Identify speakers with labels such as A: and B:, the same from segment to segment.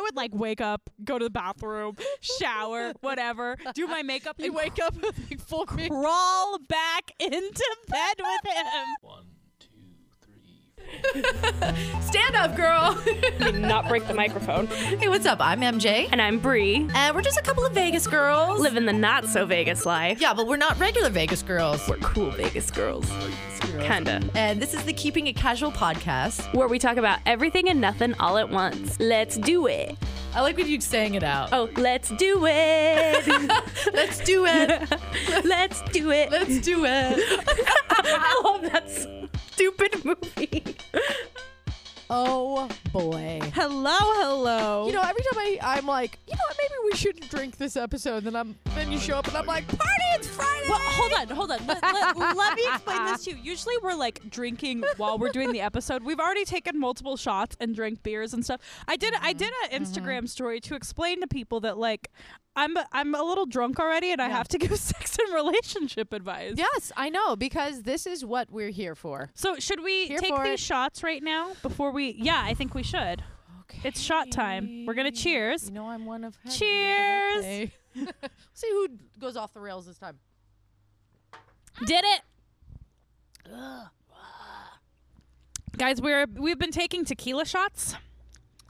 A: would like wake up, go to the bathroom, shower, whatever, do my makeup,
B: You
A: and
B: wake up with like full me.
A: crawl back into bed with him.
B: Stand up, girl.
C: Not break the microphone.
B: hey, what's up? I'm MJ.
C: And I'm Bree,
B: And we're just a couple of Vegas girls.
C: living the not so Vegas life.
B: Yeah, but we're not regular Vegas girls.
C: We're cool Vegas girls.
B: Oh,
C: Kinda.
B: And this is the Keeping It Casual podcast.
C: Where we talk about everything and nothing all at once. Let's do it.
B: I like when you sang it out.
C: Oh, let's do it.
B: Let's do it.
C: let's do it.
B: Let's do it.
C: I love that stupid movie.
B: Oh boy.
A: Hello, hello.
B: You know, every time I, I'm like, you know what, maybe we shouldn't drink this episode. Then I'm, then you show up and I'm like, party, it's Friday.
A: Well, hold on, hold on. Let, let- let me explain this to you. Usually we're like drinking while we're doing the episode. We've already taken multiple shots and drank beers and stuff. I did I did an Instagram story to explain to people that like I'm I'm a little drunk already and I
B: Yeah.
A: have to give sex and relationship advice.
B: Yes, I know because this is what we're here for.
A: So should we
B: Here
A: take
B: for
A: these
B: it.
A: shots right now before we Yeah, I think we should.
B: Okay.
A: It's shot time. We're gonna cheers.
B: You know I'm one of.
A: Cheers.
B: Okay. See who goes off the rails this time.
A: Did it. Guys, we're we've been taking tequila shots.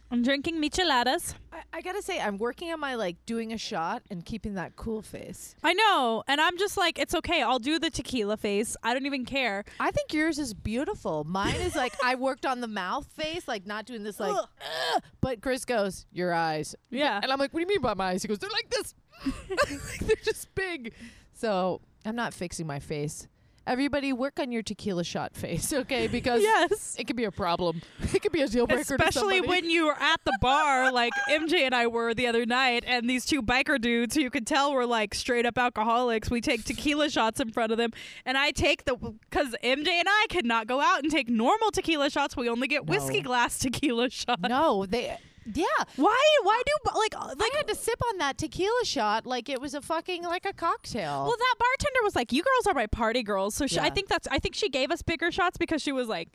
A: I'm drinking micheladas.
B: I, I gotta say, I'm working on my like doing a shot and keeping that cool face.
A: I know, and I'm just like, it's okay. I'll do the tequila face. I don't even care.
B: I think yours is beautiful. Mine is like I worked on the mouth face, like not doing this like. "Ugh," but Chris goes, your eyes,
A: Yeah.
B: and I'm like, what do you mean by my eyes? He goes, they're like this. they're just big. So I'm not fixing my face. Everybody, work on your tequila shot face, okay? Because
A: Yes.
B: it could be a problem. It could be a deal breaker. to
A: Especially
B: somebody.
A: when you were at the bar, like MJ and I were the other night, and these two biker dudes who you could tell were like straight up alcoholics. We take tequila shots in front of them, and I take the because MJ and I could not go out and take normal tequila shots. We only get whiskey
B: No.
A: glass tequila shots.
B: no, they. Yeah,
A: Why? Why do like like?
B: I had to sip on that tequila shot like it was a fucking like a cocktail.
A: Well, that bartender was like, "You girls are my party girls," so she, I
B: Yeah.
A: think that's. I think she gave us bigger shots because she was like,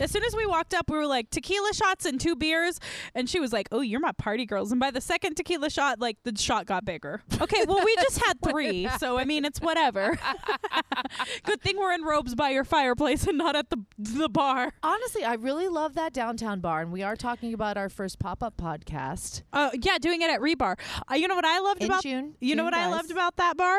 A: as soon as we walked up, we were like tequila shots and two beers, and she was like, "Oh, you're my party girls." And by the second tequila shot, like the shot got bigger. Okay, well we just had three, so I mean it's whatever. Good thing we're in robes by your fireplace and not at the the bar.
B: Honestly, I really love that downtown bar, and we are talking about our first pop up podcast.
A: Uh, yeah, doing it at Rebar. Uh, you know what I loved
B: In
A: about
B: June.
A: you know
B: June
A: what I
B: does.
A: loved about that bar.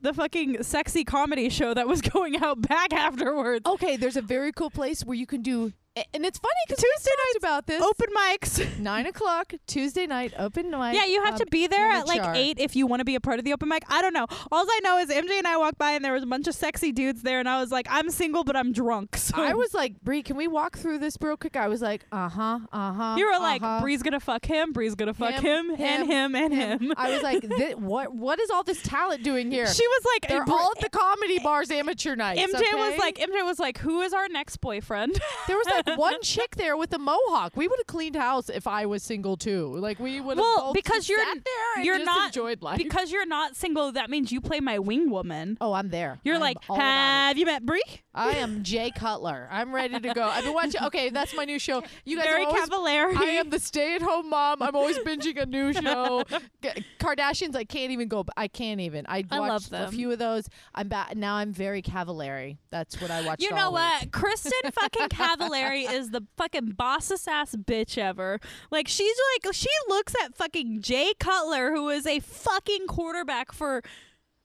A: The fucking sexy comedy show that was going out back afterwards.
B: Okay, there's a very cool place where you can do, a- and it's funny because Tuesday nights about this.
A: open mics.
B: Nine o'clock Tuesday night, open night.
A: Yeah, you have
B: um,
A: to be there
B: in the
A: at like
B: jar.
A: eight if you want to be a part of the open mic. I don't know. All I know is MJ and I walked by and there was a bunch of sexy dudes there, and I was like, I'm single, but I'm drunk. So
B: I was like, Bree, can we walk through this real quick? I was like, uh huh, uh huh.
A: You were like, Bree's gonna fuck him. Bree's gonna fuck him,
B: Him,
A: and him and him.
B: I was like, thi- what? What is all this talent doing here?
A: she was like,
B: They're
A: Bree-
B: all at the comedy bars amateur nights.
A: MJ was
B: okay?
A: like, MJ was like, who is our next boyfriend?
B: There was like one chick there with a mohawk. We would have cleaned house if I was single too. Like we would have
A: well,
B: both
A: because
B: just
A: you're
B: sat there and
A: you're
B: just
A: not
B: enjoyed life.
A: because you're not single. That means you play my wing woman.
B: oh, I'm there.
A: You're
B: I'm
A: like,
B: all about it.
A: have you met Bree?
B: I am Jay Cutler. I'm ready to go. I've been watching. Okay, that's my new show. You guys
A: Very
B: are always.
A: cavalier.
B: I am the stay-at-home mom. I'm always binging a new show. G- Kardashians. I can't even go. b- I can't even. I,
A: I love
B: watched a
A: them.
B: few of those. I'm back now. I'm very cavallari. That's what I watched.
A: You
B: all
A: know
B: week.
A: what? Kristen fucking Cavallari is the fucking bossest ass bitch ever. Like she's like she looks at fucking Jay Cutler, who is a fucking quarterback for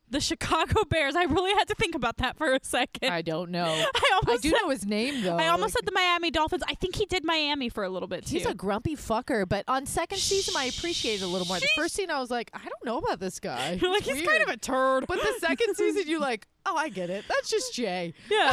A: the Chicago Bears. I really had to think about that for a second. I,
B: I don't know. I
A: almost
B: do
A: said,
B: know his name though.
A: I almost said the Miami Dolphins. I think he did Miami for a little bit too.
B: He's a grumpy fucker, but on second season I appreciated it a little more. The
A: Sheesh.
B: first season I was like, I don't know about this guy.
A: You're like
B: It's
A: he's kind of
B: weird."
A: a turd.
B: But the second season you like, oh, I get it. That's just Jay.
A: yeah.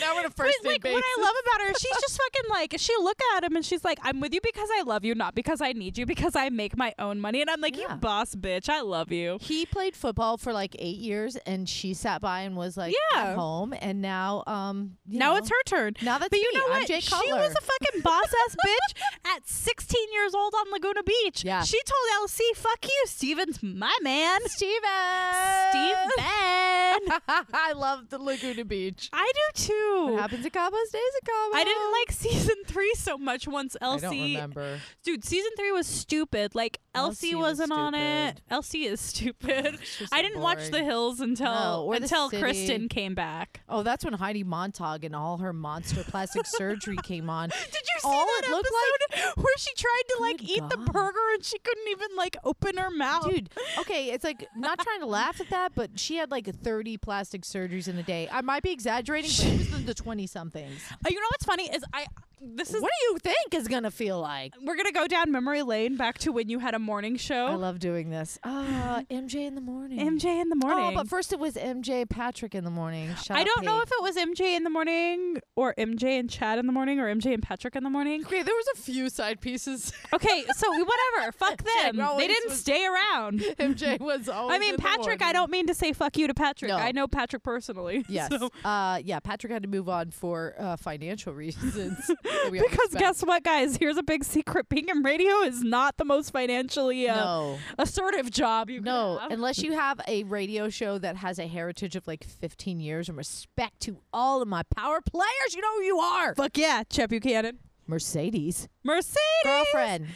B: now we're the first
A: But, like what I love about her, she's just fucking like she look at him and she's like, "I'm with you because I love you, not because I need you, because I make my own money." And I'm like,
B: Yeah.
A: "You boss bitch, I love you."
B: he played football for like eight years, and she sat by and was like
A: Yeah.
B: at home, and now um you
A: Now
B: know,
A: it's her turn.
B: Now that's
A: But you
B: me.
A: know
B: I'm
A: what?
B: Jay
A: she
B: Cutler.
A: was a fucking boss ass bitch at 16 16 years old on Laguna Beach.
B: Yeah.
A: She told LC, fuck you, Steven's my man.
B: Steven.
A: Steven.
B: I love the Laguna Beach.
A: I do too.
B: What happens at Cabo stays at Cabo.
A: I didn't like season three so much once
B: I don't
A: LC
B: remember.
A: dude season three was stupid like elsie
B: LC was
A: wasn't on it elsie is stupid i didn't watch the hills until
B: No, or The
A: until
B: City.
A: kristen came back
B: Oh, that's when Heidi Montag and all her monster plastic surgery came on.
A: did you see
B: All
A: that
B: it
A: episode
B: looked
A: where she tried to like
B: Good
A: eat the
B: God.
A: burger and she couldn't even like open her mouth
B: Dude, okay, it's like not trying to laugh at that, but she had like 30 plastic surgeries in a day. I might be exaggerating, but it was in the 20 somethings.
A: Uh, you know what's funny is i this is
B: What do you think is going to feel like?
A: we're gonna go down memory lane back to when you had a morning
B: I
A: show
B: love doing this. Ah, MJ in the morning.
A: mj Oh. in the morning
B: Oh, but first it was MJ Patrick in the morning. Shut
A: I
B: up,
A: don't know
B: pig.
A: if it was MJ in the morning or MJ and Chad in the morning or MJ and Patrick in the morning.
B: Okay, there was a few side pieces.
A: Okay, so whatever. Fuck
B: Jack
A: them. They
B: Rowlands
A: didn't
B: was-
A: stay around.
B: MJ was always.
A: I mean, Patrick, I don't mean to say fuck you to Patrick.
B: No.
A: I know Patrick personally.
B: Yes.
A: so-
B: Uh, yeah. Patrick had to move on for uh, financial reasons. that we all
A: Because
B: respect.
A: guess what, guys? Here's a big secret. Being in radio is not the most financially uh,
B: no,
A: assertive job you
B: no.
A: can have.
B: Unless you have a radio show that has a heritage of like 15 years, and respect to all of my power players, you know who you are.
A: Fuck yeah, Chet Buchanan.
B: Mercedes
A: Mercedes.
B: girlfriend,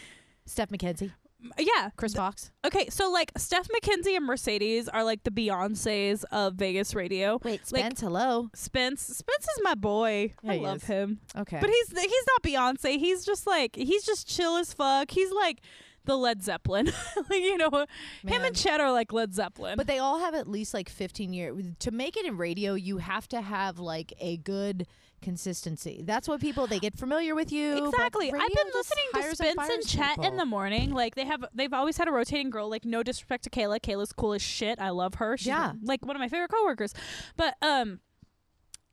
B: Steph McKenzie,
A: Yeah.
B: Chris Fox.
A: Okay, so like Steph McKenzie and Mercedes are like the Beyonces of Vegas radio.
B: Wait,
A: like-
B: Spence. hello.
A: Spence. Spence is my boy.
B: Yeah,
A: I
B: he
A: love
B: is.
A: him.
B: Okay.
A: But he's he's not Beyonce. He's just like he's just chill as fuck. He's like the Led Zeppelin. like you know, him
B: Man.
A: and Chet are like Led Zeppelin.
B: But they all have at least like 15 year to make it in radio. You have to have like a good consistency. That's what people they get familiar with you. but
A: exactly. I've
B: radio
A: been
B: just
A: listening to
B: hires
A: Spence and
B: fires
A: Chet in
B: people.
A: the morning. Like they have they've always had a rotating girl. Like no disrespect to Kayla. Kayla's cool as shit. I love her. She's
B: Yeah.
A: like one of my favorite coworkers. But um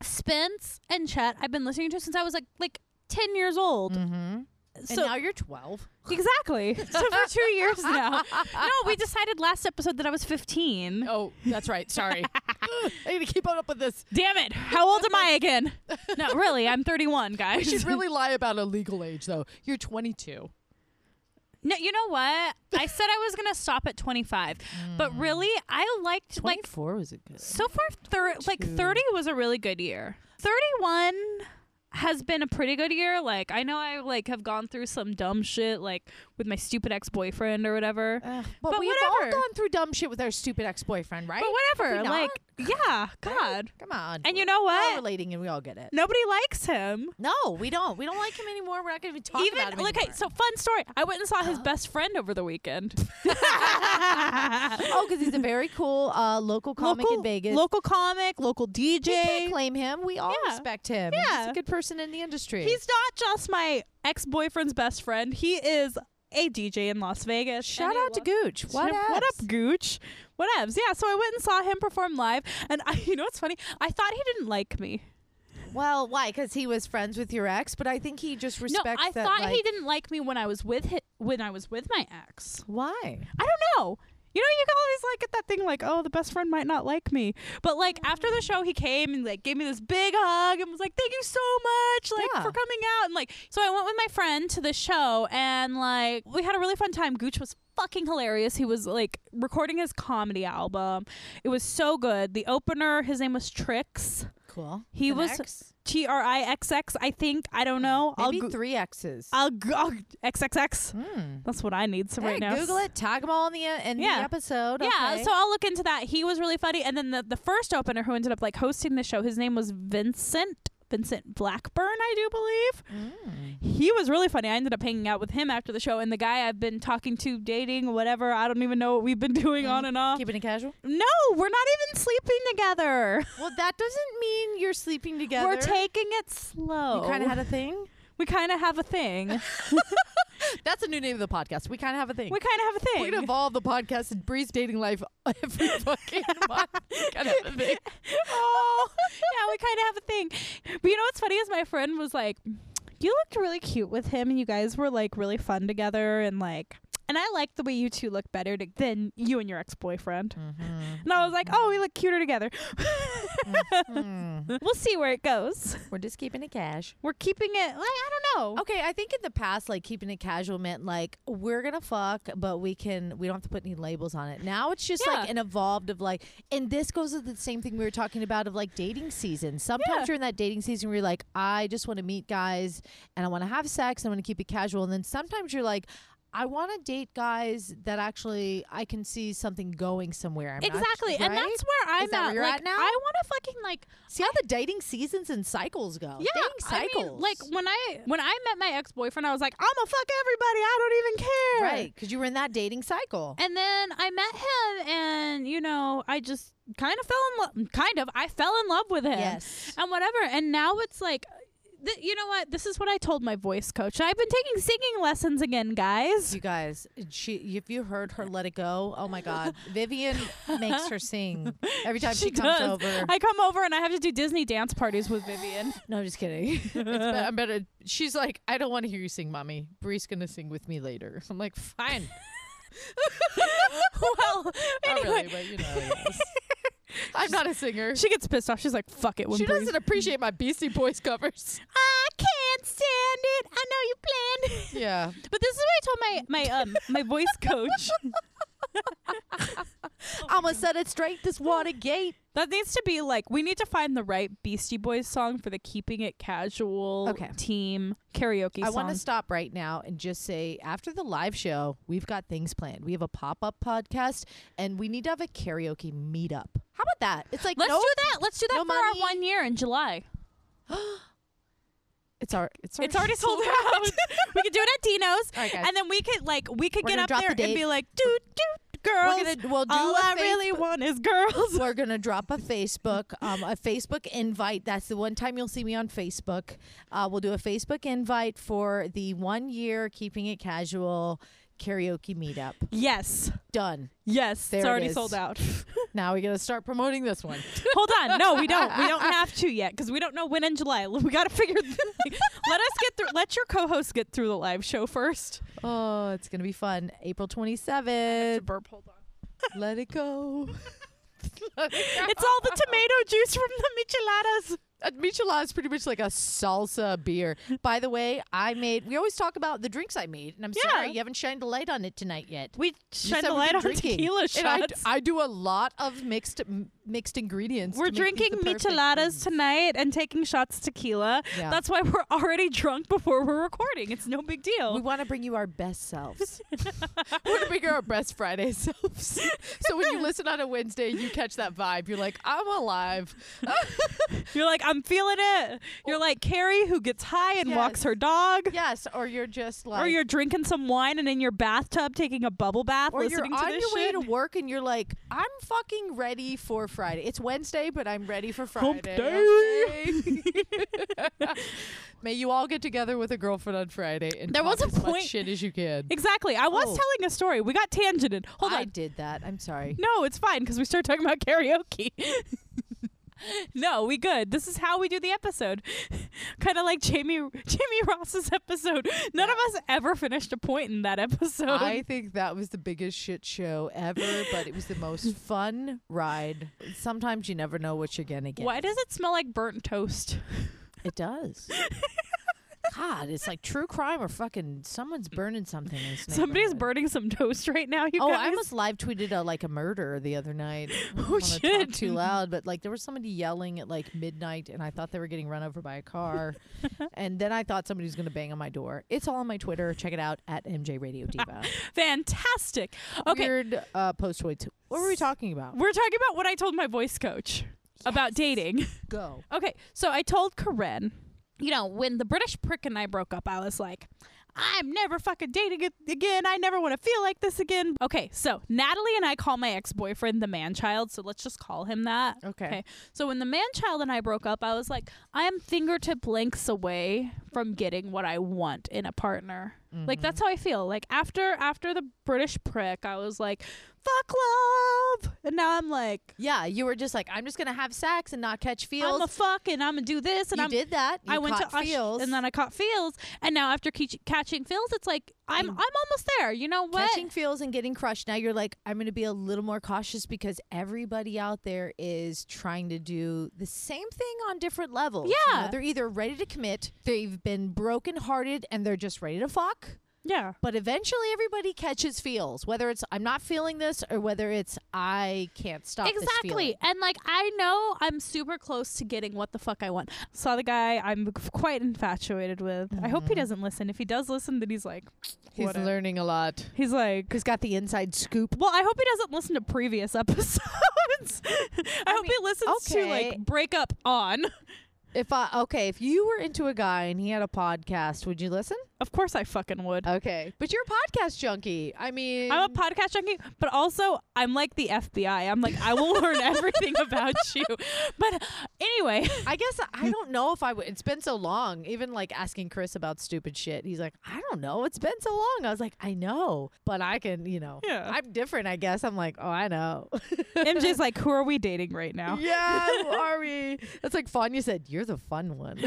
A: Spence and Chet I've been listening to since I was like like 10 years old.
B: Mhm. And
A: So
B: now you're 12.
A: exactly. so for 2 years now. No, we decided last episode that I was 15.
B: Oh, that's right. Sorry. I need to keep on up with this.
A: Damn it. How old am I again? no, really, I'm 31, guys.
B: really lie about a legal age though. You're 22.
A: No, you know what? I said I was going to stop at 25. But really, I liked like
B: 24 was a good.
A: so far thir- like
B: 22.
A: 30 was a really good year. 31 has been a pretty good year. Like I know I like have gone through some dumb shit like with my stupid ex-boyfriend or whatever.
B: Ugh, but,
A: But
B: we've
A: whatever.
B: all gone through dumb shit with our stupid ex-boyfriend, right?
A: But whatever.
B: Have we not?
A: Like yeah,
B: Right?
A: god.
B: Come on.
A: And you know
B: We're all
A: what?
B: relating and we all get it.
A: Nobody likes him.
B: No, we don't. We don't like him anymore. We're not going to be talking
A: Even
B: about him
A: look,
B: anymore.
A: so fun story. I went and saw his best friend over the weekend.
B: oh, because he's a very cool uh, local comic in Vegas.
A: Local comic, local DJ.
B: we can't claim him. We all
A: Yeah.
B: respect him. He's
A: Yeah.
B: a good person in the industry.
A: He's not just my ex boyfriend's best friend. He is a DJ in Las Vegas.
B: shout
A: And I
B: out to
A: love-
B: Gooch. What up?
A: What up, Gooch? What ups? Yeah, so I went and saw him perform live, and I, you know what's funny? I thought he didn't like me.
B: Well, why? Because he was friends with your ex, but I think he just respects.
A: no, I
B: that,
A: thought he
B: like-
A: didn't like me when I was with hi- when I was with my ex.
B: Why?
A: I don't know. You know, you can always like get that thing like, oh, the best friend might not like me. But like after the show, he came and like gave me this big hug and was like, thank you so much, like
B: Yeah.
A: for coming out. And like, so I went with my friend to the show and like we had a really fun time. Gooch was fucking hilarious. He was like recording his comedy album. It was so good. The opener, his name was Trix.
B: Cool.
A: He
B: An
A: was
B: ex?
A: T R I X X, I think. I don't know.
B: maybe
A: I'll go-
B: three exes.
A: I'll go- I'll- XXX.
B: Hmm.
A: That's what I need. So right
B: Hey,
A: now,
B: Google it. Tag them all in the uh, in
A: Yeah.
B: the episode.
A: Yeah,
B: okay.
A: so I'll look into that. He was really funny. And then the, the first opener who ended up like hosting the show, his name was Vincent. Vincent Blackburn, I do believe.
B: Mm.
A: He was really funny. I ended up hanging out with him after the show and the guy I've been talking to, dating, whatever. I don't even know what we've been doing
B: Mm-hmm.
A: on and off.
B: keeping it casual.
A: No, we're not even sleeping together.
B: Well, that doesn't mean you're sleeping together.
A: We're taking it slow.
B: You kind of had a thing.
A: we kind of have a thing. we
B: That's a new name of the podcast. We kind of have a thing.
A: kind of have a thing.
B: We're gonna evolve the podcast and Bree's dating life every fucking month. kind of a thing.
A: oh, yeah, we kind of have a thing. But you know what's funny is my friend was like, "You looked really cute with him, and you guys were like really fun together, and like." And I like the way you two look better to, than you and your ex boyfriend.
B: Mhm.
A: And I was like, oh, we look cuter together.
B: Mm.
A: we'll see where it goes.
B: We're just keeping it cash.
A: We're keeping it. Like, I don't know.
B: Okay, I think in the past, like keeping it casual meant like we're gonna fuck, but we can we don't have to put any labels on it. Now it's just like
A: Yeah.
B: an evolved of like, and this goes with the same thing we were talking about of like dating season. Sometimes
A: Yeah.
B: during that dating season, we're like, I just want to meet guys and I want to have sex. and I want to keep it casual, and then sometimes you're like. I want to date guys that actually I can see something going somewhere. I'm not-
A: Exactly. And
B: right?
A: that's where I'm
B: that where
A: at.
B: you're
A: like,
B: at now?
A: I want to fucking like
B: see how the dating seasons and cycles go.
A: yeah,
B: dating
A: I mean,
B: cycles,
A: like when I when I met my ex boyfriend, I was like, I'm gonna fuck everybody. I don't even care.
B: right? Because you were in that dating cycle.
A: And then I met him, and you know, I just kind of fell in love. Kind of, I fell in love with him.
B: Yes.
A: And whatever. And now it's like, th- you know what? This is what I told my voice coach. I've been taking singing lessons again, guys.
B: You guys, she if you heard her let it go, oh my god. Vivian makes her sing every time she, comes
A: does.
B: over.
A: I come over and I have to do Disney dance parties with Vivian.
B: no, I'm just kidding. It's be- I'm better she's like, I don't want to hear you sing, mommy. Bree's gonna sing with me later. I'm like, fine.
A: well,
B: Not
A: anyway,
B: really, but you know. how it is. I'm not a singer. She,
A: she gets pissed off. She's like, "Fuck it." When Bree-
B: doesn't appreciate my Beastie Boys covers.
A: I can't stand it. I know you planned. it."
B: Yeah.
A: But this is what I told my my um my voice coach.
B: I'ma set it straight this Watergate.
A: That needs to be like we need to find the right Beastie Boys song for the keeping it casual
B: Okay.
A: team karaoke
B: I
A: song.
B: want to stop right now and just say after the live show, we've got things planned. We have a pop up podcast and we need to have a karaoke meetup. How about that? It's like
A: Let's
B: no,
A: do that. Let's do that
B: no
A: for our
B: money.
A: one year in July.
B: It's our it's our
A: It's already sold out. we could do it at Dino's,
B: All right, guys.
A: and then we could like we could
B: We're
A: get
B: gonna
A: up
B: drop
A: there
B: the
A: and be
B: date.
A: like, dude, dude, girls.
B: We're gonna we'll do
A: all
B: a
A: I really
B: Facebook-
A: want is girls.
B: We're gonna drop a Facebook, um, a Facebook invite. That's the one time you'll see me on Facebook. Uh, we'll do a Facebook invite for the one year keeping it casual karaoke meetup.
A: yes,
B: Done.
A: yes,
B: There
A: it's
B: it
A: already
B: is.
A: sold out.
B: Now we gotta start promoting this one.
A: Hold on, no, we don't. We don't have to yet because we don't know when in July. We got to figure. let us get through. Let your co-host get through the live show first.
B: Oh, it's gonna be fun. April twenty seventh.
A: burp. Hold on.
B: Let it go. Let it go.
A: It's all the tomato juice from the micheladas.
B: A michelada Uh, is pretty much like a salsa beer. By the way, I made. We always talk about the drinks I made, and I'm
A: Yeah.
B: sorry you haven't shined a light on it tonight yet.
A: We
B: You
A: shine
B: said
A: the
B: we've
A: light
B: been
A: on
B: drinking.
A: tequila
B: And I,
A: shots.
B: I do a lot of mixed m- mixed ingredients.
A: We're
B: to make these
A: drinking
B: the perfect
A: micheladas
B: things.
A: tonight and taking shots tequila.
B: Yeah.
A: That's why we're already drunk before we're recording. It's no big deal.
B: We want to bring you our best selves. we want to bring you our best Friday selves. so when you listen on a Wednesday, you catch that vibe. You're like, I'm alive.
A: You're like, I'm feeling it. You're like Carrie who gets high and walks
B: Yes.
A: her dog.
B: yes, or you're just like,
A: Or you're drinking some wine and in your bathtub taking a bubble bath
B: or you're
A: listening to
B: on
A: this
B: your way
A: shit.
B: to work and you're like, I'm fucking ready for Friday. It's Wednesday, but I'm ready for
A: Hump
B: Friday.
A: day.
B: okay? May you all get together with a girlfriend on Friday and
A: There
B: talk
A: was a
B: as much
A: point-
B: shit as you can.
A: exactly. I was
B: Oh.
A: telling a story. We got tangented. Hold
B: I
A: on.
B: did that. I'm sorry.
A: No, it's fine because we started talking about karaoke. no, we good. This is how we do the episode. kind of like Jamie Jamie Ross's episode. None of us ever finished a point in that episode.
B: I think that was the biggest shit show ever, but it was the most fun ride. Sometimes you never know what you're gonna get.
A: Why does it smell like burnt toast?
B: It does. God, it's like true crime or fucking someone's burning something. In this
A: Somebody's
B: neighborhood.
A: burning some toast right now. You
B: Oh,
A: guys.
B: I almost live tweeted a, like a murder the other night. I don't
A: Oh,
B: wanna talk
A: shit.
B: too loud, but like there was somebody yelling at like midnight, and I thought they were getting run over by a car, and then I thought somebody was gonna bang on my door. It's all on my Twitter. Check it out at MJ Radio Diva.
A: fantastic. Okay, we're,
B: Weird uh, post tweets. What were we talking about?
A: talking about what I told my voice coach about dating.
B: Go.
A: Okay, so I told Corinne, you know, when the British prick and I broke up, I was like, I'm never fucking dating it again. I never want to feel like this again. Okay, so Natalie and I call my ex boyfriend the man child, so let's just call him that.
B: Okay.
A: So when the man child and I broke up, I was like, I am fingertip lengths away from getting what I want
B: Mm-hmm.
A: in a partner. Like that's how I feel. Like after after the British prick, I was like, fuck love. And now I'm like,
B: Yeah, you were just like, I'm just gonna have sex and not catch feels.
A: I'm a fuck and I'm gonna do this and
B: you
A: I'm
B: did that. You
A: I went to
B: caught
A: Ush,
B: feels.
A: and then I caught feels, and now after catch- catching feels, it's like I'm I'm almost there. You know what?
B: catching feels and getting crushed. Now you're like, I'm gonna be a little more cautious because everybody out there is trying to do the same thing on different levels. You know,
A: Yeah.
B: they're either ready to commit, they've been brokenhearted, and they're just ready to fuck.
A: yeah,
B: But eventually, everybody catches feels, whether it's I'm not feeling this or whether it's I can't stop. this feeling."
A: exactly. And like I know I'm super close to getting what the fuck I want. Saw the guy I'm quite infatuated with. I hope he doesn't listen. If he does listen, then he's like,
B: Mm-hmm. He's
A: Whatever.
B: learning a lot.
A: he's like.
B: He's got the inside scoop.
A: Well, I hope he doesn't listen to previous episodes. I, hope he listens to
B: okay.
A: like break up on.
B: If I okay, if you were into a guy and he had a podcast, would you listen?
A: Of course, I fucking would.
B: Okay, but you're a podcast junkie. I mean,
A: I'm a podcast junkie, but also I'm like the FBI. I'm like I will learn everything about you. But anyway,
B: I guess I
A: Hmm.
B: don't know if I would. It's been so long. Even like asking Chris about stupid shit, he's like, I don't know. It's been so long. I was like, I know, but I can, you know,
A: Yeah.
B: I'm different. I guess I'm like, oh, I know.
A: MJ's like, who are we dating right now?
B: yeah, who are we? That's like Fanya said. You're the fun one.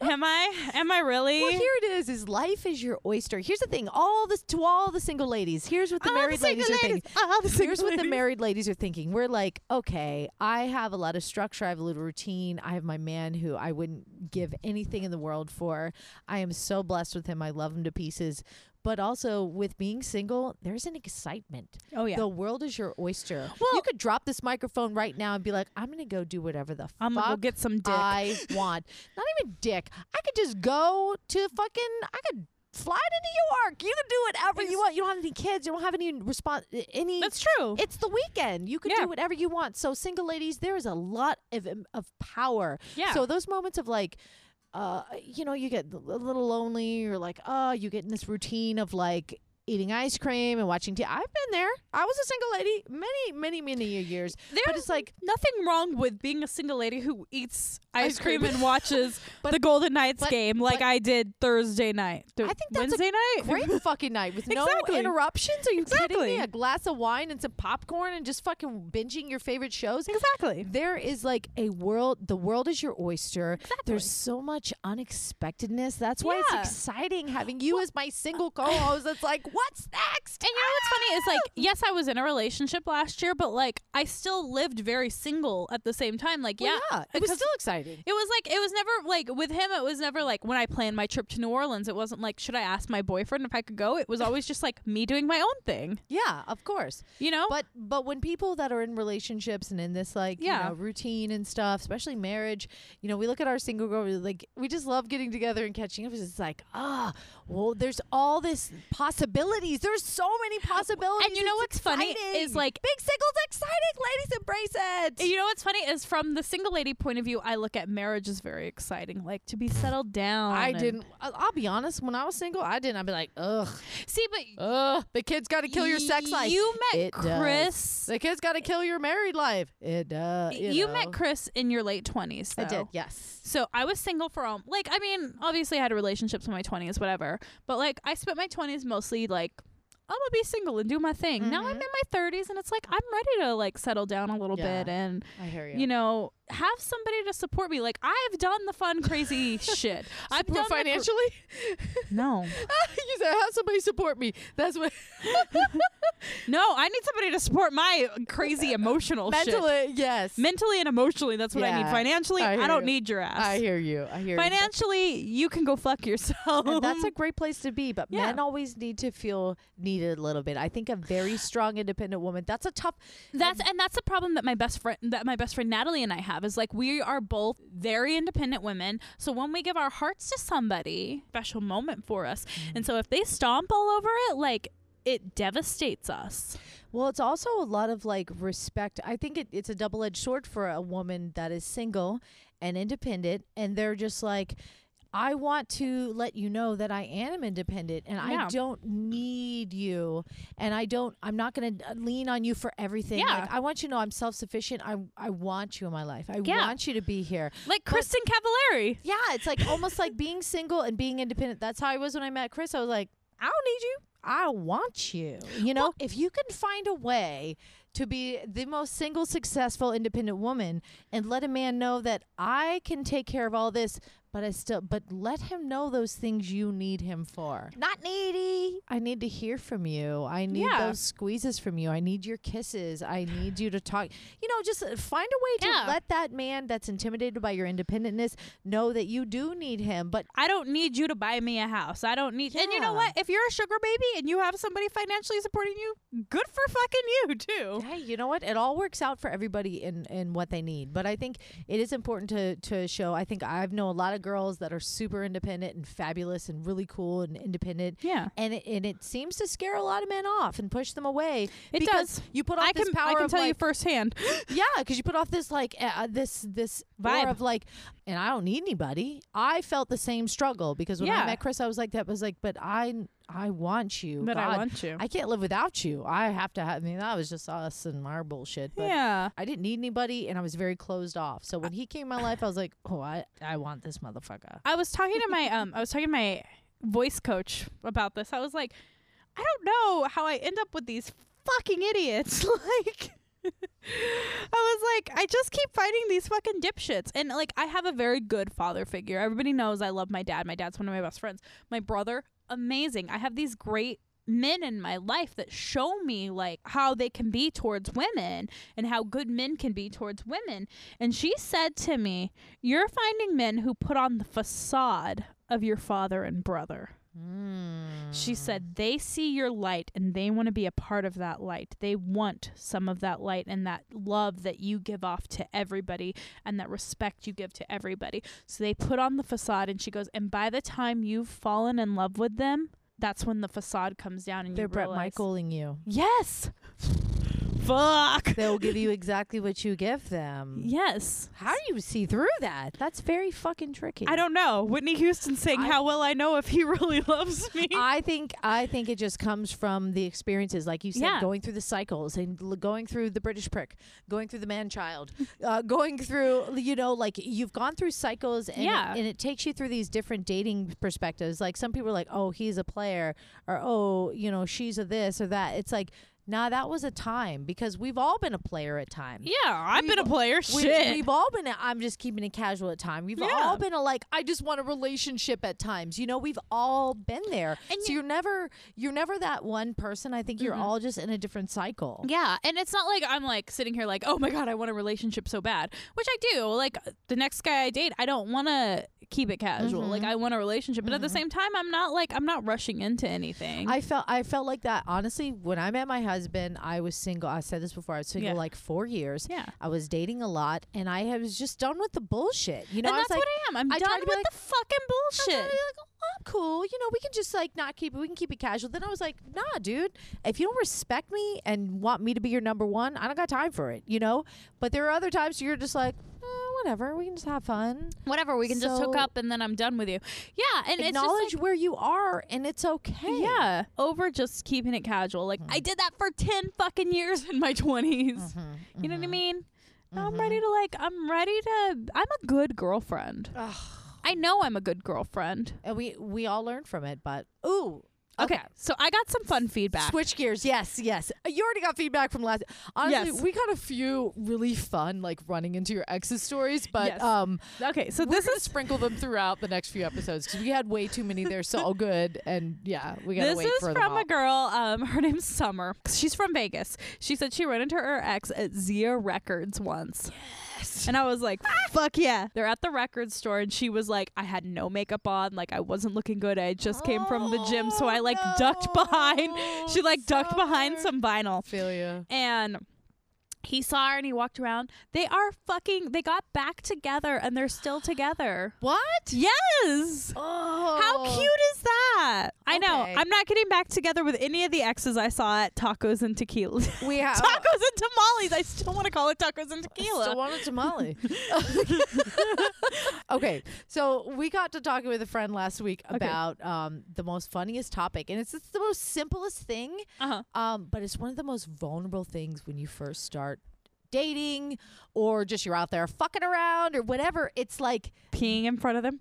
A: Am I? Am I really?
B: well, here it is. Is life is your oyster. Here's the thing. All this to all the single ladies. Here's what the
A: All the
B: married
A: single
B: ladies are thinking.
A: ladies. All the single
B: Here's what the
A: ladies.
B: married ladies are thinking. We're like, okay, I have a lot of structure. I have a little routine. I have my man who I wouldn't give anything in the world for. I am so blessed with him. I love him to pieces. But also with being single, there's an excitement.
A: oh yeah.
B: The world is your oyster. you
A: Well-
B: could drop this microphone right now and be like, I'm gonna go do whatever the
A: I'm gonna
B: fuck
A: go get some dick.
B: I want. Not even dick. I could just go to fucking. I could fly to New York. You could do whatever you want. You don't have any kids. You don't have any response. Any.
A: That's true.
B: it's the weekend. You could
A: Yeah.
B: do whatever you want. So single ladies, there is a lot of of power.
A: Yeah.
B: So those moments of like. Uh, you know, you get a little lonely. You're like, oh, you get in this routine of like eating ice cream and watching TV. I've been there. I was a single lady many, many, many years. but
A: There's
B: it's like
A: nothing wrong with being a single lady who eats ice,
B: Ice cream.
A: cream, and watches
B: But-
A: the Golden Knights
B: but-
A: game like
B: but-
A: I did Thursday night. Th-
B: I think that's a
A: Wednesday night.
B: great fucking night with no
A: Exactly.
B: interruptions. Are you kidding
A: Exactly.
B: me? A glass of wine and some popcorn and just fucking binging your favorite shows.
A: Exactly.
B: There is like a world. The world is your oyster. There's so much unexpectedness. That's why
A: Yeah.
B: it's exciting having you as my single co-host. It's like, what's next?
A: And you know what's funny is like, yes, I was in a relationship last year, but like I still lived very single at the same time. Like,
B: Well, yeah, it was
A: because-
B: still exciting.
A: It was like it was never like with him. It was never like when I planned my trip to New Orleans. It wasn't like should I ask my boyfriend if I could go. It was always just like me doing my own thing.
B: Yeah, of course.
A: You know.
B: But but when people that are in relationships and in this like
A: Yeah.
B: you know routine and stuff, especially marriage, you know, we look at our single girl, we like we just love getting together and catching up. It's just like ah, well, there's all this possibilities. There's so many possibilities.
A: and you know
B: It's
A: what's funny
B: exciting.
A: is like
B: big singles exciting. Ladies embrace it.
A: you know what's funny is from the single lady point of view, I look at marriage as very exciting, like to be settled down.
B: I
A: and-
B: didn't. I- I'll be honest. When I was single, I didn't. I'd be like, ugh,
A: see, but
B: ugh. The kid's got to kill your sex life.
A: You met
B: It does.
A: Chris.
B: The kid's got to kill your married life. It does.
A: You,
B: know.
A: met Chris in your late twenties.
B: I did. Yes.
A: So I was single for um, like I mean, obviously I had relationships in my twenties, whatever. But like I spent my twenties mostly like I'm gonna be single and do my thing. Now
B: Mm-hmm.
A: I'm in my thirties and it's like I'm ready to like settle down a little
B: Yeah.
A: bit and
B: I hear
A: you know have somebody to support me. Like I've done the fun crazy shit. I've done
B: support
A: the cr-
B: financially.
A: no,
B: you said, "Have somebody support me." That's what
A: no. I need somebody to support my crazy emotional shit.
B: mentally. Yes,
A: Mentally and emotionally, that's what I need.
B: Yeah.
A: Financially,
B: I
A: I,
B: hear
A: don't
B: you.
A: need your ass.
B: I hear you. I hear
A: Financially, you can go fuck yourself.
B: you. And that's a great place to be, but
A: um, Yeah.
B: men always need to feel needed a little bit. I think a very strong, independent woman. That's a tough.
A: That's and that's the problem that my best friend that my best friend Natalie and I have is like we are both very independent women. So when we give our hearts to somebody, special moment for us. And so if they stomp all over it, like it devastates us.
B: Well, it's also a lot of like respect. I think it, it's a double edged sword for a woman that is single and independent, and they're just like, I want to let you know that I am independent and I
A: Yeah.
B: don't need you, and I don't. I'm not going to lean on you for everything.
A: Yeah.
B: Like, I want you to know I'm self sufficient. I I want you in my life. I
A: Yeah.
B: want you to be here.
A: Like Kristen Cavallari.
B: Yeah, it's like almost like being single and being independent. That's how I was when I met Chris. I was like, I don't need you. I want you. You know, if you can find a way to be the most single, successful, independent woman and let a man know that I can take care of all this, but I still, but let him know those things you need him for. Not needy. I need to hear from you. I need
A: Yeah.
B: those squeezes from you. I need your kisses. I need you to talk. You know, just uh, find a way to
C: Yeah.
B: let that man that's intimidated by your independentness know that you do need him, but
A: I don't need you to buy me a house. I don't need. And you know
B: Yeah.
A: what? If you're a sugar baby and you have somebody financially supporting you, good for fucking you too.
B: Hey, you know what? It all works out for everybody in in what they need. But I think it is important to to show. I think I've know a lot of girls that are super independent and fabulous and really cool and independent.
A: Yeah.
B: And it, and it seems to scare a lot of men off and push them away.
A: It
B: because
A: does.
B: You put off
A: I
B: this
A: can
B: power
A: I can
B: of
A: tell you
B: like,
A: firsthand.
B: yeah, because you put off this like uh, this this aura
A: Vibe.
B: of like, and I don't need anybody. I felt the same struggle because when I
A: Yeah.
B: met Chris, I was like that. I was like, but I I want you.
A: But I
B: God,
A: want you.
B: I can't live without you. I have to have. I mean, that was just us and our bullshit. But
A: yeah.
B: I didn't need anybody, and I was very closed off. So when he came in my life, I was like, oh, I I want this motherfucker.
A: I was talking to my um I was talking to my voice coach about this. I was like, I don't know how I end up with these fucking idiots. like I was like, I just keep finding these fucking dipshits. And like I have a very good father figure. Everybody knows I love my dad. My dad's one of my best friends. My brother, amazing. I have these great men in my life that show me like how they can be towards women and how good men can be towards women. And she said to me, you're finding men who put on the facade of your father and brother. Mm, She said they see your light and they want to be a part of that light. They want some of that light and that love that you give off to everybody and that respect you give to everybody. So they put on the facade and she goes, and by the time you've fallen in love with them, that's when the facade comes down and
B: They're
A: you
B: Brett
A: realize,
B: Michaeling you.
A: Yes. Fuck.
B: They'll give you exactly what you give them.
A: Yes.
B: How do you see through that? That's very fucking tricky.
A: I don't know. Whitney Houston saying,
B: I-
A: "How will I know if he really loves me?"
B: I think I think it just comes from the experiences, like you said,
A: Yeah.
B: going through the cycles and l- going through the British prick, going through the man child, uh, going through you know, like you've gone through cycles, and
A: Yeah.
B: it, and it takes you through these different dating perspectives. Like some people are like, oh, he's a player, or oh, you know, she's a this or that. It's like, nah, that was a time because we've all been a player at times.
A: Yeah, I've been a player.
B: We,
A: Shit.
B: We've all been. i I'm just keeping it casual at time. We've
A: Yeah.
B: all been a, like, I just want a relationship at times. You know, we've all been there.
A: And Mm-hmm.
B: so you're never, you're never that one person. I think you're all just in a different cycle.
A: yeah, and it's not like I'm like sitting here like, oh my god, I want a relationship so bad, which I do. Like the next guy I date, I don't want to keep it casual.
B: Mm-hmm.
A: Like I want a relationship, but at the same time, I'm not like I'm not rushing into anything.
B: I felt I felt like that honestly when I met my husband I was single I said this before I was single
A: Yeah.
B: like 4 years
A: Yeah.
B: I was dating a lot and I was just done with the bullshit you know
A: and
B: I was
A: that's
B: like
A: what I am. I'm
B: I tried
A: done
B: to
A: with
B: be like-
A: the fucking
B: I'm
A: bullshit.
B: like, oh, I'm cool. You know, we can just like not keep it. We can keep it casual. Then I was like, nah, dude. If you don't respect me and want me to be your number one, I don't got time for it. You know. But there are other times you're just like, eh, whatever. We can just have fun.
A: Whatever, we can just hook
B: So-
A: up and then I'm done with you. Yeah, and it's just like,
B: Acknowledge where you are, and it's okay.
A: Yeah, over just keeping it casual. Like I did that for ten fucking years in my 20s You know what I mean? Now I'm ready to like. I'm ready to. I'm a good girlfriend.
B: Ugh.
A: I know I'm a good girlfriend.
B: And we we all learn from it. But ooh,
A: Okay, so I got some fun feedback.
B: Switch gears. Yes, yes. You already got feedback from last. Honestly,
A: Yes.
B: we got a few really fun, like running into your ex's stories. But
A: Yes.
B: um,
A: Okay, so
B: We're
A: this
B: gonna
A: is
B: sprinkle them throughout the next few episodes because we had way too many. They're so good, and yeah, we gotta
A: this
B: wait
A: is
B: for them
A: from
B: all.
A: a girl. Um, her name's Summer. She's from Vegas. She said she ran into her ex at Zia Records once. Yes. And I was like,
B: Ah!
A: fuck yeah. They're at the record store, and she was like, I had no makeup on, like I wasn't looking good. I just came from the gym, so I like
B: Oh,
A: ducked behind. She like ducked behind some vinyl,
B: Ophelia.
A: and. He saw her and he walked around. They are fucking. They got back together and they're still together.
B: What?
A: Yes.
B: Oh,
A: How cute is that? I know.
B: Okay.
A: I'm not getting back together with any of the exes I saw at tacos and tequila.
B: We have.
A: tacos and tamales. I still want to call it tacos and tequila.
B: Still want a tamale. okay, so we got to talking with a friend last week about um, the most funniest topic, and it's, it's the most simplest thing,
A: uh-huh.
B: um, but it's one of the most vulnerable things when you first start dating or just you're out there fucking around or whatever, it's like
A: Peeing in front of them.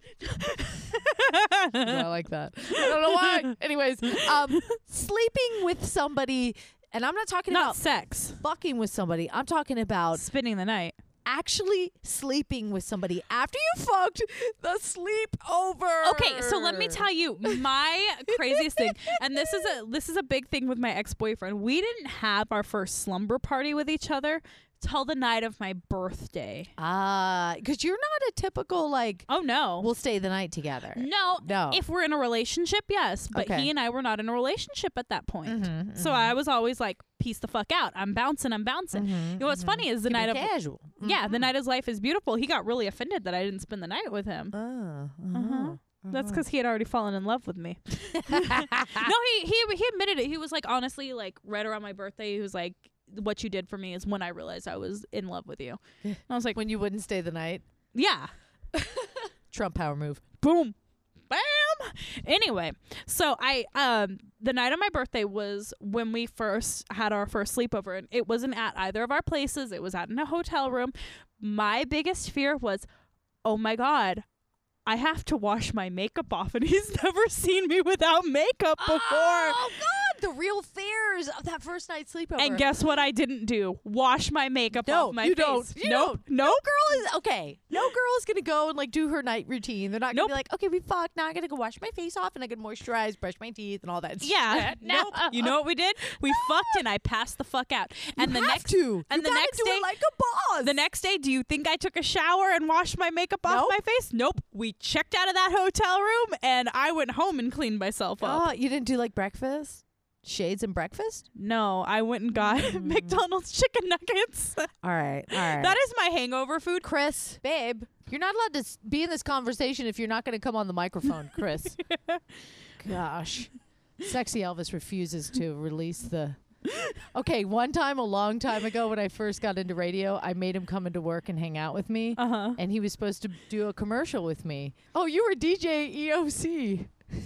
B: I like that. I don't know why. Anyways, um, sleeping with somebody, and I'm not talking
A: Not
B: about
A: sex.
B: fucking with somebody. I'm talking about
A: Spending the night.
B: actually sleeping with somebody after you fucked the sleep over.
A: Okay, so let me tell you my craziest thing, and this is a this is a big thing with my ex boyfriend. We didn't have our first slumber party with each other till the night of my birthday.
B: Ah, because you're not a typical like
A: Oh no,
B: we'll stay the night together.
A: no,
B: No.
A: If we're in a relationship, yes, but
B: Oh. Okay. Mm-hmm.
A: he and I were not in a relationship at that point. So I was always like, "Peace the fuck out! I'm bouncing, I'm bouncing." You know what's funny is the night of
B: Mm-hmm. casual.
A: yeah, the night of life is beautiful. He got really offended that I didn't spend the night with him.
B: Oh,
A: Uh-huh. That's
B: Mm-hmm.
A: because he had already fallen in love with me.
B: Ah.
A: no, he he he admitted it. He was like, honestly, like right around my birthday, he was like, "What you did for me is when I realized I was in love with you." And I was like,
B: When you wouldn't stay the night,
A: "Yeah,
B: Trump power move.
A: boom, bam." Anyway, so I um the night of my birthday was when we first had our first sleepover, and it wasn't at either of our places. It was out in a hotel room. My biggest fear was, oh my god. I have to wash my makeup off, and he's never seen me without makeup before.
B: Oh God, the real fears of that first night sleepover.
A: And guess what I didn't do? Wash my makeup
B: No,
A: off my
B: you
A: face.
B: don't. You
A: nope.
B: don't.
A: Nope.
B: girl is okay. No girl is gonna go and like do her night routine. They're not gonna
A: Nope.
B: be like, okay, we fucked. Now I gotta go wash my face off and I gotta moisturize, brush my teeth, and all that.
A: Yeah.
B: shit.
A: nope. You know what we did? We fucked and I passed the fuck out. And the
B: have
A: next
B: to.
A: and
B: You
A: the
B: gotta
A: next
B: do
A: day
B: it like a boss.
A: the next day, do you think I took a shower and washed my makeup off
B: Nope.
A: my face? Nope. We checked out of that hotel room and I went home and cleaned myself up.
B: Oh, you didn't do like breakfast, shades and breakfast.
A: No, I went and got McDonald's chicken nuggets.
B: All Mm-hmm. right, all right.
A: That is my hangover food.
B: Chris, babe, you're not allowed to s- be in this conversation if you're not going to come on the microphone, Chris. Gosh. Sexy Elvis refuses to release the. Okay, one time a long time ago when I first got into radio, I made him come into work and hang out with me.
A: Uh huh.
B: And he was supposed to do a commercial with me. Oh, you were DJ EOC.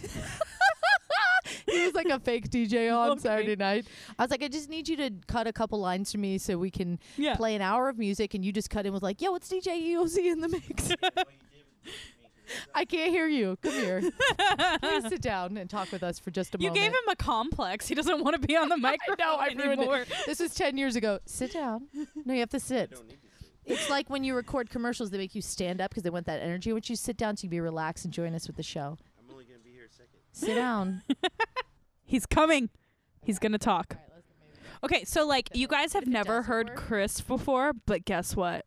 B: he was like a fake DJ on
A: Okay.
B: Saturday night. I was like, I just need you to cut a couple lines for me so we can
A: Yeah.
B: play an hour of music and you just cut in with like, yo, it's DJ EOZ in the mix. I can't hear you. Come here. Please sit down and talk with us for just a
A: You
B: moment.
A: gave him a complex. He doesn't want to be on the microphone
B: no, I ruined
A: anymore.
B: it. This was ten years ago. Sit down. No, you have to sit. It's like when you record commercials, they make you stand up because they want that energy. Once you sit down, so you can be relaxed and join us with the show.
D: I'm only gonna be here a second.
B: Sit down.
A: He's coming. He's gonna talk. Okay, so like you guys have never
B: doesn't
A: heard
B: work-
A: Chris before, but guess what?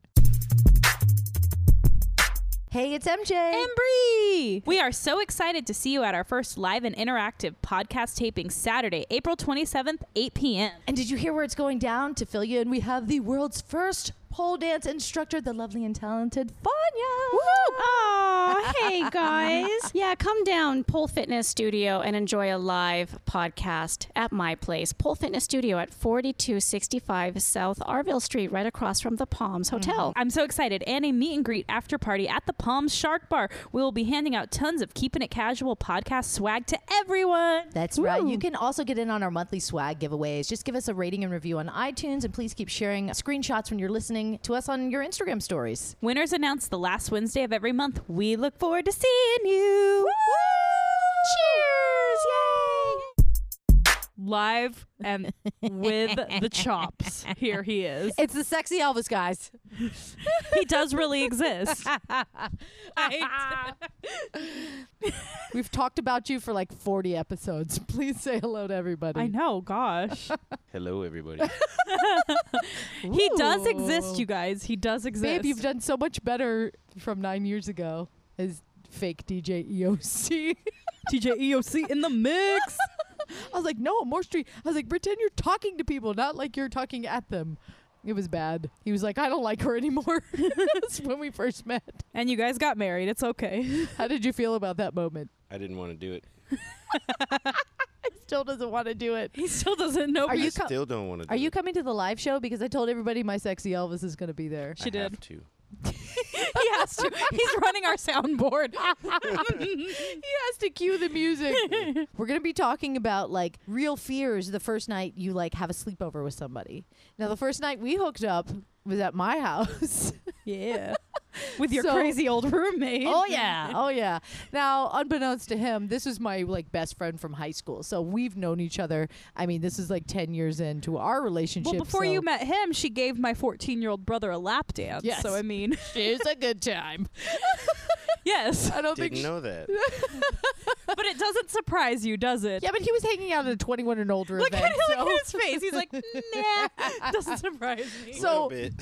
B: hey, it's MJ.
A: Embry! We are so excited to see you at our first live and interactive podcast taping Saturday, April 27th, 8 p.m.
B: And did you hear where it's going down to fill you in? We have the world's first pole dance instructor, the lovely and talented Fanya.
E: Aw, hey guys. Yeah, come down Pole Fitness Studio and enjoy a live podcast at my place, Pole Fitness Studio at 4265 South Arville Street, right across from the Palms Hotel.
A: I'm so excited. And a meet and greet after party at the Palms Shark Bar. We will be handing out tons of Keeping It Casual podcast swag to everyone.
B: That's right. You can also get in on our monthly swag giveaways. Just give us a rating and review on iTunes and please keep sharing screenshots when you're listening to us on your Instagram stories.
A: Winners announced the last Wednesday of every month. We look forward to seeing you. Cheers! Yay! Live and with the chops. Here he is.
B: It's the sexy Elvis guys.
A: He does really exist.
B: We've talked about you for like 40 episodes. Please say hello to everybody.
A: I know, gosh.
D: Hello, everybody.
A: He does exist, you guys. He does exist.
B: Babe, you've done so much better from nine years ago as fake E DJ EOC.
A: TJ
B: E
A: EOC in the mix.
B: I was like, no, more street. I was like, pretend you're talking to people, not like you're talking at them. It was bad. He was like, I don't like her anymore. That's when we first met.
A: and you guys got married. It's okay.
B: How did you feel about that moment?
D: I didn't want to do it.
B: Still doesn't want to do it.
A: He still doesn't know.
B: Are
A: me.
B: you
D: I
B: co-
D: still don't want to. Do
B: Are you
D: It.
B: coming to the live show? Because I told everybody my sexy Elvis is going to be there.
A: She
D: I
A: did.
D: Have to.
A: He has to. He's running our soundboard.
B: He has to cue the music. We're going to be talking about like real fears the first night you like have a sleepover with somebody. Now, the first night we hooked up was at my house.
A: Yeah. With your
B: So-
A: crazy old roommate.
B: oh yeah, oh yeah. Now, unbeknownst to him, this was my like best friend from high school. So we've known each other. I mean, this is like ten years into our relationship.
A: Well, before
B: so
A: you met him, she gave my 14 year old brother a lap dance.
B: Yes.
A: So, I mean,
B: it's a good time.
A: yes.
B: I don't think.
D: Didn't know that.
A: But it doesn't surprise you, does it?
B: yeah, but he was hanging out at a twenty-one and older
A: Look at,
B: event.
A: look
B: so.
A: at his face. He's like, nah, doesn't surprise me.
B: So-
D: a little bit.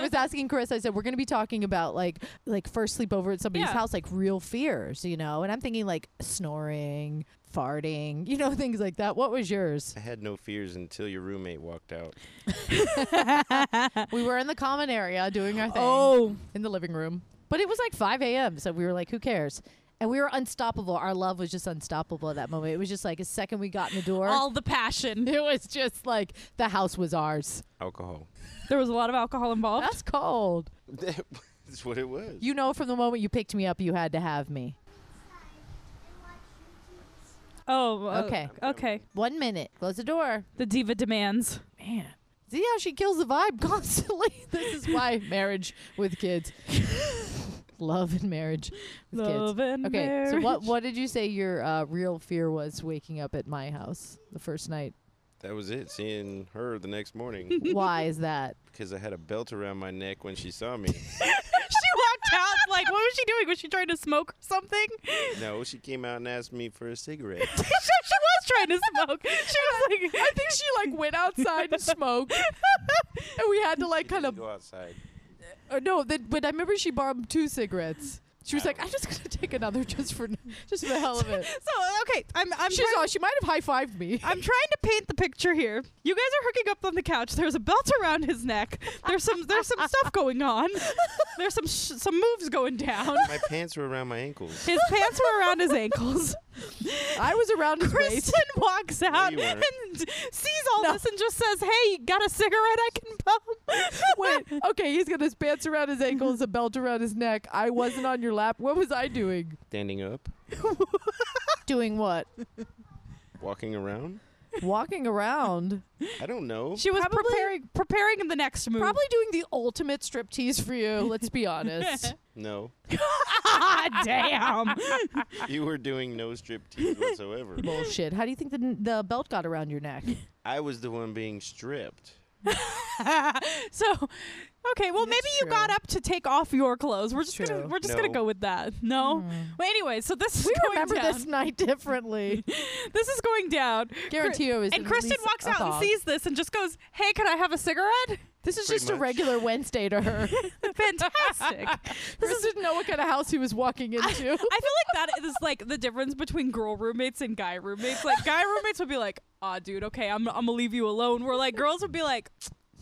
B: was asking Chris. I said we're going to be talking about like like first sleepover at somebody's
A: Yeah.
B: house, like real fears, you know. And I'm thinking like snoring, farting, you know, things like that. What was yours?
D: I had no fears until your roommate walked out.
B: we were in the common area doing our thing
A: oh,
B: in the living room, but it was like 5 a.m. So we were like, who cares? And we were unstoppable. Our love was just unstoppable at that moment. It was just like a second we got in the door.
A: all the passion.
B: it was just like the house was ours.
D: Alcohol.
A: There was a lot of alcohol involved.
B: That's cold.
D: That's what it was.
B: You know, from the moment you picked me up, you had to have me.
A: Oh, uh,
B: Okay.
A: Okay.
B: One minute. Close the door.
A: The diva demands.
B: Man. See how she kills the vibe constantly? this is why marriage with kids. Love and marriage with
A: Love
B: kids.
A: and
B: okay, so
A: marriage.
B: what what did you say your uh, real fear was waking up at my house the first night?
D: that was it. Seeing her the next morning.
B: Why is that?
D: because I had a belt around my neck when she saw me.
A: she walked out like, what was she doing? Was she trying to smoke or something?
D: no, she came out and asked me for a cigarette.
A: she, she was trying to smoke. She was like,
B: I think she like went outside and smoked, and we had to like kind of
D: go outside.
B: uh, no. That, but I remember she borrowed two cigarettes. She was
D: I
B: like, "I'm just gonna take another just for just for the hell of it."
A: so okay, I'm I'm
B: She
A: trying-
B: saw she might have high fived me.
A: I'm trying to paint the picture here. You guys are hooking up on the couch. There's a belt around his neck. There's some there's some stuff going on. There's some sh- some moves going down.
D: My pants were around my ankles.
A: His pants were around his ankles.
B: I was around his waist.
A: Kristen walks out
D: you weren't.
A: and d- sees all this and just says, "Hey, you got a cigarette I can bum?"
B: Wait, okay, he's got his pants around his ankles, a belt around his neck. I wasn't on your lap. What was I doing?
D: Standing up,
B: Doing what?
D: walking around.
B: Walking around.
D: I don't know.
A: She was
B: Probably-
A: preparing preparing the next move.
B: Probably doing the ultimate striptease for you, let's be honest.
D: No,
A: ah, damn.
D: you were doing no strip tease whatsoever.
B: Bullshit. How do you think the, the belt got around your neck?
D: I was the one being stripped.
A: so, okay, well maybe you
B: true.
A: got up to take off your clothes. We're just
B: True.
A: gonna we're just gonna
D: No.
A: go with that. No. Well, anyway, so this is
B: Hmm. We
A: going
B: remember
A: down.
B: this night differently.
A: This is going down.
B: Guarantee you it was
A: And
B: at
A: Kristen
B: least
A: walks
B: a
A: out and
B: thong.
A: sees this and just goes, "Hey, can I have a cigarette?"
B: This is
D: Pretty
B: just a
D: much.
B: regular Wednesday to her.
A: Fantastic.
B: this is, didn't know what kind of house he was walking into.
A: I feel like that is like the difference between girl roommates and guy roommates. Like guy roommates would be like, "Ah, dude, okay, I'm I'm gonna leave you alone." We're like girls would be like,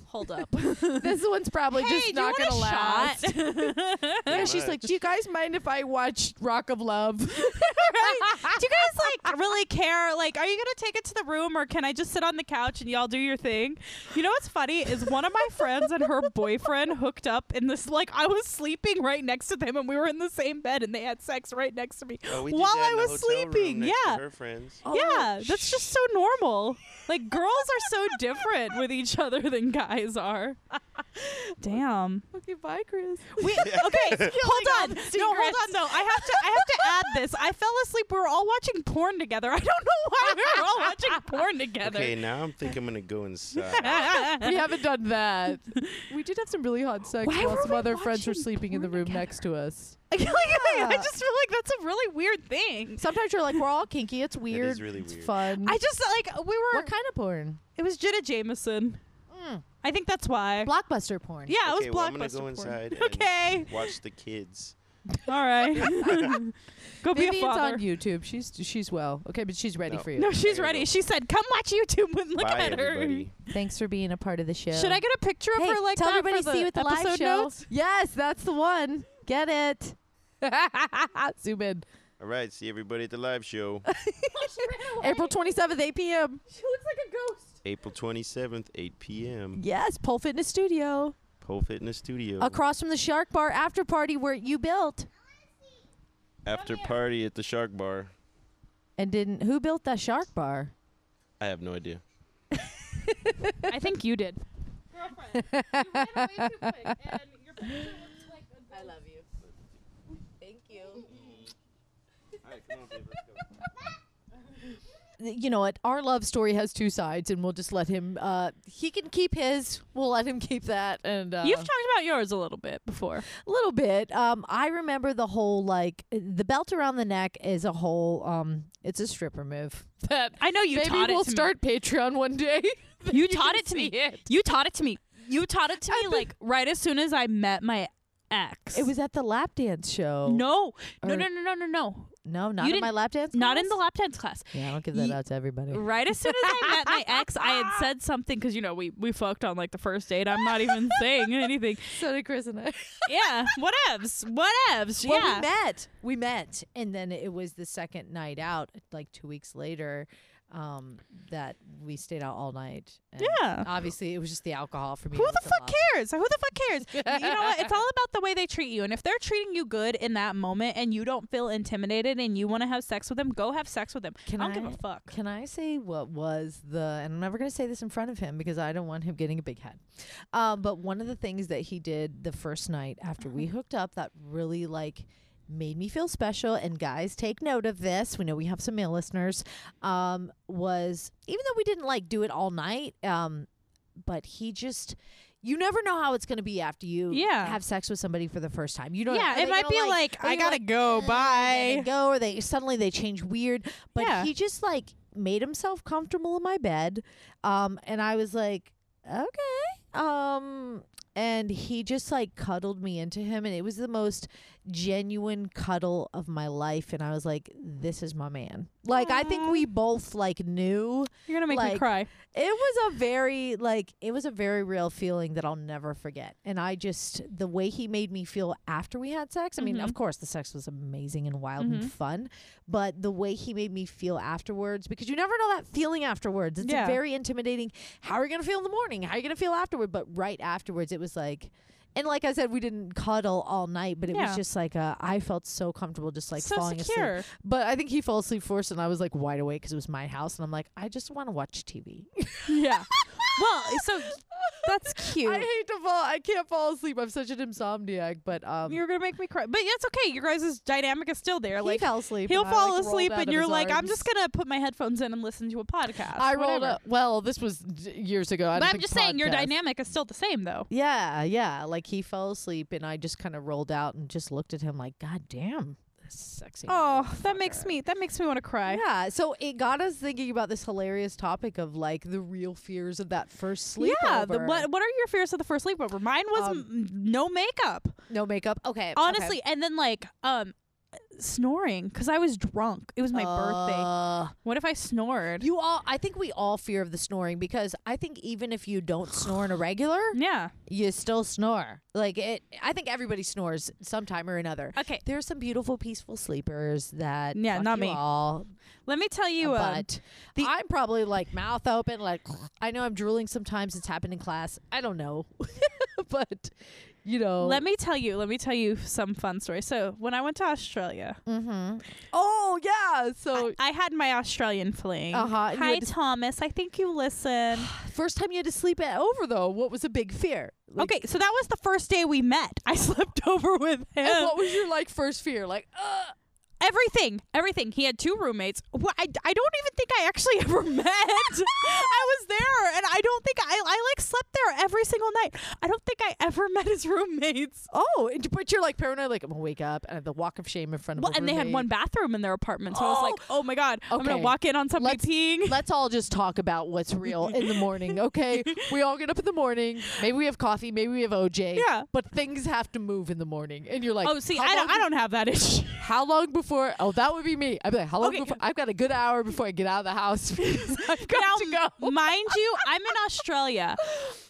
A: "Hold up,
B: this one's probably
A: Hey,
B: just
A: do you want
B: not
A: a
B: going to last.
A: shot?
B: Yeah,
D: Pretty
B: she's like,
D: much.
B: do you guys mind if I watch Rock of Love?
A: Right? Do you guys like really care? Like, are you gonna take it to the room or can I just sit on the couch and y'all do your thing? You know what's funny is one of my friends and her boyfriend hooked up in this. Like, I was sleeping right next to them and we were in the same bed and they had sex right next to me
D: Oh, we did
A: while
D: that
A: I
D: in the
A: was
D: hotel room
A: sleeping.
D: next to
A: yeah.
D: her friends.
A: yeah, that's just so normal. Like girls are so different with each other than guys are. Damn.
B: okay, bye, Chris.
A: We, okay, hold on. No, hold on though. I have to I have to add this. I fell asleep. We were all watching porn together. I don't know why we were all watching porn together.
D: Okay, now I'm think I'm gonna go inside.
B: we haven't done that. We did have some really hot sex
A: Why
B: while
A: were
B: some
A: we
B: other friends were
A: watching
B: sleeping in the
A: porn
B: room next to us.
A: Like, I
B: Yeah.
A: just feel like that's a really weird thing.
B: Sometimes you're like, we're all kinky. It's weird.
D: really
B: it's
D: weird.
B: fun.
A: I just like we were
B: what kind of porn?
A: it was Jenna Jameson. I think that's why.
B: Mm. Blockbuster porn.
A: yeah,
D: okay,
A: it
D: well,
A: was blockbuster
D: I'm gonna go
A: porn.
D: inside. and
A: Okay.
D: Watch the kids.
A: All right. go be
B: Maybe
A: a
B: it's
A: father.
B: on YouTube. She's she's well. Okay, but she's ready
D: No.
B: for you.
A: No, she's
D: gotta
A: ready.
D: go.
A: She said, "Come watch YouTube and look
D: Bye,
A: at her."
D: everybody.
B: Thanks for being a part of the show.
A: Should I get a picture of
B: hey,
A: her like
B: tell
A: that
B: everybody
A: for
B: see you at the
A: episode
B: live show?
A: notes?
B: Yes, that's the one. Get it. Zoom in.
D: All right, see everybody at the live show,
B: April 27th, 8 p.m.
A: She looks like a ghost.
D: April 27th, 8 p.m.
B: Yes, Pole Fitness Studio.
D: Pole Fitness Studio.
B: across from the Shark Bar after party where you built
D: After party at the Shark Bar.
B: and didn't. Who built that Shark Bar?
D: I have no idea.
A: I think you did. girlfriend. You ran away too quick, and your picture looks like a
B: I love you. Thank you. You know what? Our love story has two sides, and we'll just let him. Uh, he can keep his. We'll let him keep that. And uh,
A: You've talked about yours a little bit before.
B: a little bit. Um, I remember the whole like uh, the belt around the neck is a whole. Um, it's a stripper move. That
A: I know you
B: maybe
A: taught
B: we'll
A: it to
B: start Patreon one day.
A: me. You taught it to me.
B: see it.
A: You taught it to me. You taught it to me like right as soon as I met my ex.
B: It was at the lap dance
D: Oh.
B: show.
A: no, no,
B: Or-
A: no, no, no, no, no.
B: no, not
A: You
B: in my
A: didn't-
B: lap dance.
A: Not in the
B: class?
A: lap dance class.
B: Yeah, I don't give that
A: Ye-
B: out to everybody.
A: Right as soon as I met my ex, I had said something because you know we we fucked on like the first date. I'm not even saying anything.
B: So did Chris and I.
A: Yeah, whatevs, whatevs.
B: Well,
A: yeah,
B: we met. We met, and then it was the second night out, like two weeks later, um, that we stayed out all night. And
A: Yeah.
B: Obviously, it was just the alcohol for me.
A: Who
B: I
A: the
B: was
A: fuck
B: lost.
A: cares? Who the fuck cares? you know what? It's all about the way they treat you. And if they're treating you good in that moment and you don't feel intimidated and you want to have sex with them, go have sex with them.
B: Can
A: I don't
B: I-
A: give a fuck.
B: Can I say what was the? And I'm never going to say this in front of him because I don't want him getting a big head. Um, but one of the things that he did the first night after we
A: Mm-hmm.
B: hooked up that really like made me feel special. And guys, take note of this. We know we have some male listeners. Um, was even though we didn't like do it all night, um, but he just. You never know how it's going to be after you
A: Yeah.
B: have sex with somebody for the first time. You don't.
A: Yeah,
B: are
A: it
B: they
A: might
B: gonna,
A: be like,
B: are
A: I
B: you
A: gotta go,
B: "Uh,
A: bye."
B: I gotta go, or they suddenly they change weird. But
A: Yeah.
B: he just like made himself comfortable in my bed, um, and I was like, okay, um, and he just like cuddled me into him, and it was the most genuine cuddle of my life, and I was like, this is my man. Like I think
A: Aw.
B: we both like knew
A: You're gonna make me
B: like-
A: cry.
B: it was a very like it was a very real feeling that I'll never forget. And I just the way he made me feel after we had sex. I mean,
A: Mm-hmm.
B: of course the sex was amazing and wild
A: Mhm.
B: and fun, but the way he made me feel afterwards because you never know that feeling afterwards. It's
A: Yeah.
B: a very intimidating. How are you going to feel in the morning? How are you going to feel afterward? But right afterwards it was like and like I said, we didn't cuddle all night, but it
A: Yeah.
B: was just like uh, I felt so comfortable, just like
A: so
B: falling asleep.
A: secure.
B: But I think he fell asleep first, and I was like wide awake because it was my house, and I'm like, I just want to watch TV.
A: yeah. Well, so that's cute.
B: I hate to fall. I can't fall asleep. I'm such an insomniac. But um,
A: you're gonna make me cry, but it's okay. Your guys' dynamic is still there.
B: he
A: like
B: fell asleep.
A: he'll
B: and I,
A: fall
B: like, rolled
A: asleep,
B: out
A: and
B: of
A: you're
B: his
A: like, I'm
B: arms.
A: just gonna put my headphones in and listen to a podcast.
B: I rolled
A: whatever.
B: up. Well, this was d- years ago. I
A: But
B: don't
A: I'm
B: think
A: just saying your
B: podcast-
A: dynamic is still the same though.
B: Yeah, yeah. Like he fell asleep, and I just kind of rolled out and just looked at him like, God damn, this sexy.
A: Oh, that
B: motherfucker."
A: makes me that makes me want to cry.
B: Yeah, so it got us thinking about this hilarious topic of like the real fears of that first sleepover.
A: Yeah, the, what what are your fears of the first sleepover? Mine was
B: Um,
A: m- no makeup,
B: No makeup. Okay. okay.
A: honestly, and then like um snoring because I was drunk. It was my birthday.
B: Uh,
A: What if I snored?
B: You all, I think we all fear of the snoring because I think even if you don't snore in a regular,
A: yeah.
B: you still snore. Like it, I think everybody snores sometime or another.
A: Okay.
B: There are some beautiful, peaceful sleepers that
A: Yeah,
B: fuck
A: not
B: you
A: me.
B: All,
A: Let me tell you. um,
B: but I'm probably like mouth open. Like I know I'm drooling sometimes. It's happened in class. I don't know, but you know.
A: let me tell you. Let me tell you some fun story. So when I went to Australia,
B: Mm-hmm. Oh yeah. So
A: I, I had my Australian fling.
B: Uh-huh, you
A: Hi
B: had to-
A: Thomas. I think you listen.
B: first time you had to sleep at over though. What was a big fear? Like,
A: okay, so that was the first day we met. I slept over with him.
B: And what was your like first fear? Like, uh,
A: Everything, everything. He had two roommates. Wh- I, I don't even think I actually ever met. I was there, and I don't think I, I like slept there every single night. I don't think I ever met his roommates.
B: Oh, and- but you're like paranoid. Like I'm gonna wake up and I have the walk of shame in front of.
A: Well,
B: a
A: and they had
B: roommate.
A: one bathroom in their apartment, so I was like, oh my god, I'm gonna
B: Okay.
A: walk in on somebody
B: Let's-
A: peeing.
B: Let's all just talk about what's real in the morning, okay? we all get up in the morning. Maybe we have coffee. Maybe we have OJ.
A: Yeah.
B: But things have to move in the morning, and you're like,
A: oh, see,
B: how
A: I don't,
B: long-
A: I don't have that issue.
B: How long before? Oh, that would be me. I'd be like, how long
A: Okay.
B: before? I've got a good hour before I get out of the house. because I've got to
A: now,
B: go.
A: mind you, I'm in Australia.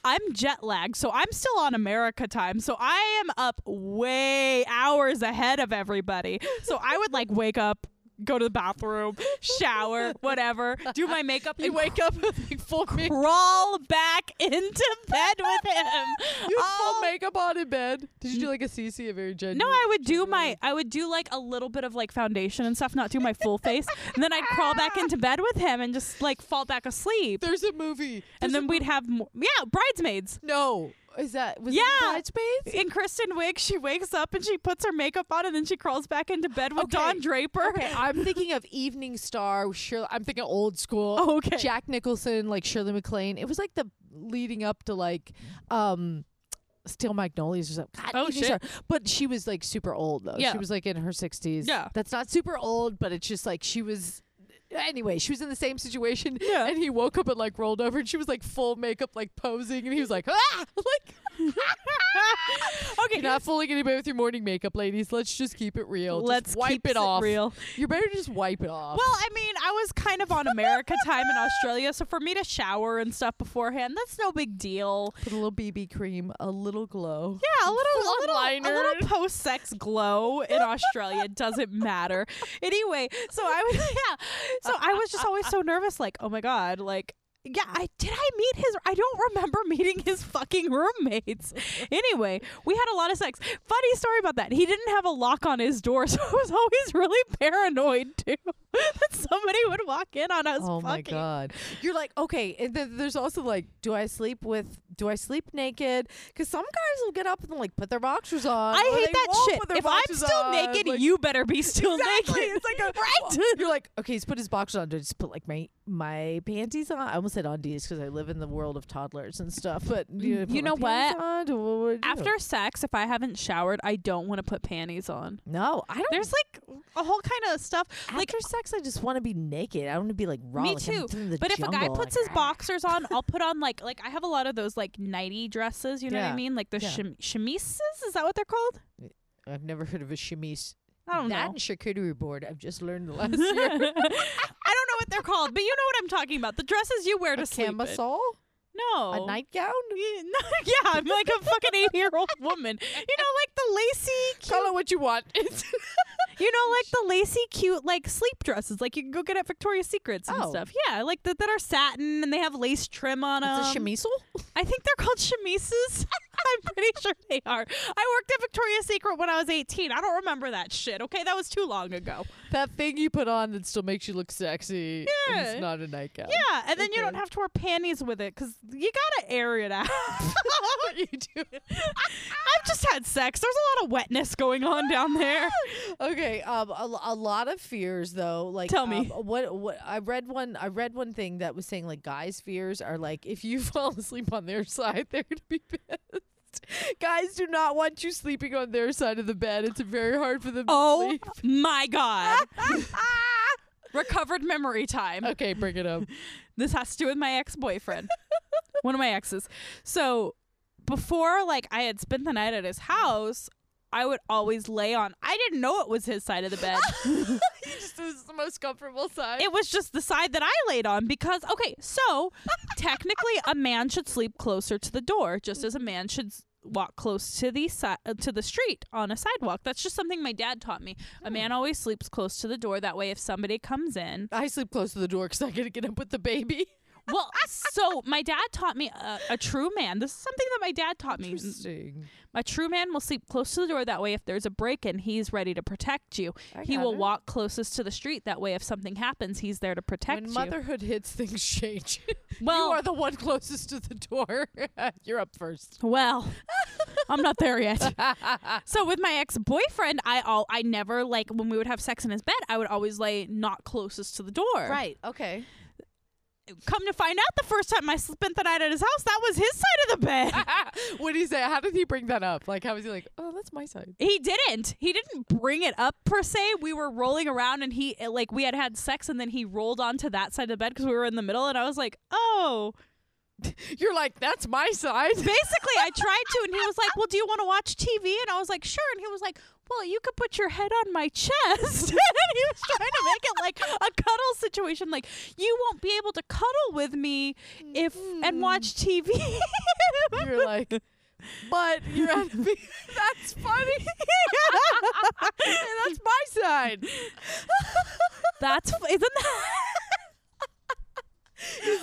A: I'm jet lagged, so I'm still on America time. So I am up way hours ahead of everybody. So I would like wake up, go to the bathroom, shower, whatever, do my makeup,
B: You
A: and
B: wake up with like, full makeup.
A: crawl back into bed with him.
B: You had
A: Oh.
B: full makeup on in bed. Did you do like a CC of very gentle?
A: No, I would do my I would do like a little bit of like foundation and stuff, not do my full face. And then I'd crawl back into bed with him and just like fall back asleep.
B: There's a movie.
A: and
B: There's
A: then
B: a
A: we'd have more, yeah, bridesmaids.
B: No, is that was
A: Yeah.
B: it Bridesmaids?
A: In Kristen Wiig, she wakes up and she puts her makeup on and then she crawls back into bed with
B: Okay.
A: Don Draper.
B: Okay, I'm thinking of Evening Star. Shirley, I'm thinking old school.
A: Oh, Okay.
B: Jack Nicholson, like Shirley MacLaine. It was like the leading up to like, um, Steel Magnolias or something. God,
A: Oh,
B: Evening
A: shit.
B: Star. But she was like super old though.
A: Yeah.
B: She was like in her 60s.
A: Yeah.
B: That's not super old, but it's just like she was. Anyway, she was in the same situation,
A: Yeah.
B: and he woke up and like rolled over, and she was like full makeup, like posing, and he was like, ah, like.
A: okay.
B: You're not fooling anybody with your morning makeup, ladies. Let's just keep it real. Just
A: Let's
B: wipe
A: keep
B: it off.
A: real.
B: You better just wipe it off.
A: Well, I mean, I was kind of on America time in Australia, so for me to shower and stuff beforehand, that's no big deal.
B: put a little BB cream, a little glow.
A: Yeah, a little, a
B: Full-on
A: little, a
B: liner.
A: little post-sex glow in Australia doesn't matter. Anyway, so I was, yeah, so I was just always so nervous, like, oh my god, like. Yeah, I did I meet his I don't remember meeting his fucking roommates. Anyway, we had a lot of sex. Funny story about that. He didn't have a lock on his door, so I was always really paranoid too that somebody would walk in on us
B: Oh
A: fucking.
B: my god! You're like okay, and then there's also like, do I sleep with? Do I sleep naked? Because some guys will get up and like put their boxers on.
A: I
B: or
A: hate
B: they
A: that
B: won't
A: shit.
B: put their
A: If I'm
B: boxers
A: still
B: on,
A: naked,
B: like-
A: you better be still
B: Exactly.
A: naked.
B: It's like a
A: right.
B: You're like, okay, he's put his boxers on. Do I just put like my my panties on? I almost said undies because I live in the world of toddlers and stuff. But do I
A: Mm, You
B: put my
A: know
B: panties
A: what?
B: on? Do- what would I do?
A: After sex, if I haven't showered, I don't want to put panties on.
B: no, I don't.
A: There's like a whole kind of stuff. Like
B: after sex, I just want to be naked. I want to be like raw.
A: me
B: like, I'm
A: too.
B: in the
A: But if a guy
B: jungle,
A: puts
B: like, ah.
A: his boxers on, I'll put on like like I have a lot of those like nighty dresses. You know what I
B: Yeah.
A: mean? Like the
B: Yeah.
A: cham- chemises. Is that what they're called?
B: I've never heard of a chemise.
A: I don't
B: that
A: know.
B: and charcuterie board. I've just learned the
A: I
B: last
A: don't
B: year.
A: know what they're called, but you know what I'm talking about. The dresses you wear to
B: a
A: sleep. in.
B: camisole,
A: No.
B: a nightgown,
A: Yeah, no- yeah, I'm like a fucking eight year old woman. You know, like the lacy, cute,
B: call it what you want. It's-
A: you know, like the lacy, cute, like sleep dresses. Like you can go get at Victoria's Secrets and
B: Oh.
A: stuff. Yeah, like the, that are satin and they have lace trim on them.
B: it's a chemisole.
A: I think they're called chemises. I'm pretty sure they are. I worked at Victoria's Secret when I was 18. I don't remember that shit. Okay, that was too long ago.
B: That thing you put on that still makes you look sexy. and
A: Yeah.
B: it's not a nightgown.
A: Yeah, and then you don't
B: Okay.
A: have to wear panties with it because you gotta air it out.
B: you do.
A: I've just had sex. There's a lot of wetness going on down there.
B: Okay, um, a, a lot of fears though. Like,
A: Tell me.
B: um, what what I read one. I read one thing that was saying like guys' fears are like if you fall asleep on their side, they're gonna be pissed. guys do not want you sleeping on their side of the bed. It's very hard for them. to
A: Oh
B: sleep.
A: my god. Recovered memory time.
B: okay, bring it up.
A: This has to do with my ex-boyfriend. One of my exes. So before like I had spent the night at his house, I would always lay on I didn't know it was his side of the bed.
B: he just is the most comfortable side.
A: it was just the side that I laid on because okay, so technically a man should sleep closer to the door just as a man should s- walk close to the si- uh, to the street on a sidewalk. That's just something my dad taught me. A man
B: Hmm.
A: always sleeps close to the door that way if somebody comes in
B: I sleep close to the door because I gotta get up with the baby.
A: Well, so my dad taught me a, a true man. This is something that my dad taught me.
B: Interesting.
A: A true man will sleep close to the door. That way, if there's a break in, he's ready to protect you.
B: I
A: he
B: got
A: will
B: it.
A: walk closest to the street. That way, if something happens, he's there to protect
B: When
A: you.
B: motherhood hits, things change.
A: well,
B: you are the one closest to the door. You're up first.
A: well, I'm not there yet. so with my ex boyfriend, I all I never like when we would have sex in his bed. I would always lay not closest to the door.
B: Okay.
A: Come to find out, the first time I spent the night at his house, that was his side of the bed.
B: what did he say? How did he bring that up? Like, how was he like, oh, that's my side?
A: He didn't. He didn't bring it up per se. We were rolling around and he like we had had sex and then he rolled onto that side of the bed because we were in the middle and I was like, "Oh."
B: You're like, that's my side.
A: Basically, I tried to and he was like, "Well, do you want to watch TV?" And I was like, "Sure." And he was like, "Well, you could put your head on my chest." and he was trying to make it like a cuddle situation like, "You won't be able to cuddle with me if and watch TV."
B: You're like, but you're at the beach. That's funny. that's my side.
A: That's f- isn't that?
B: He's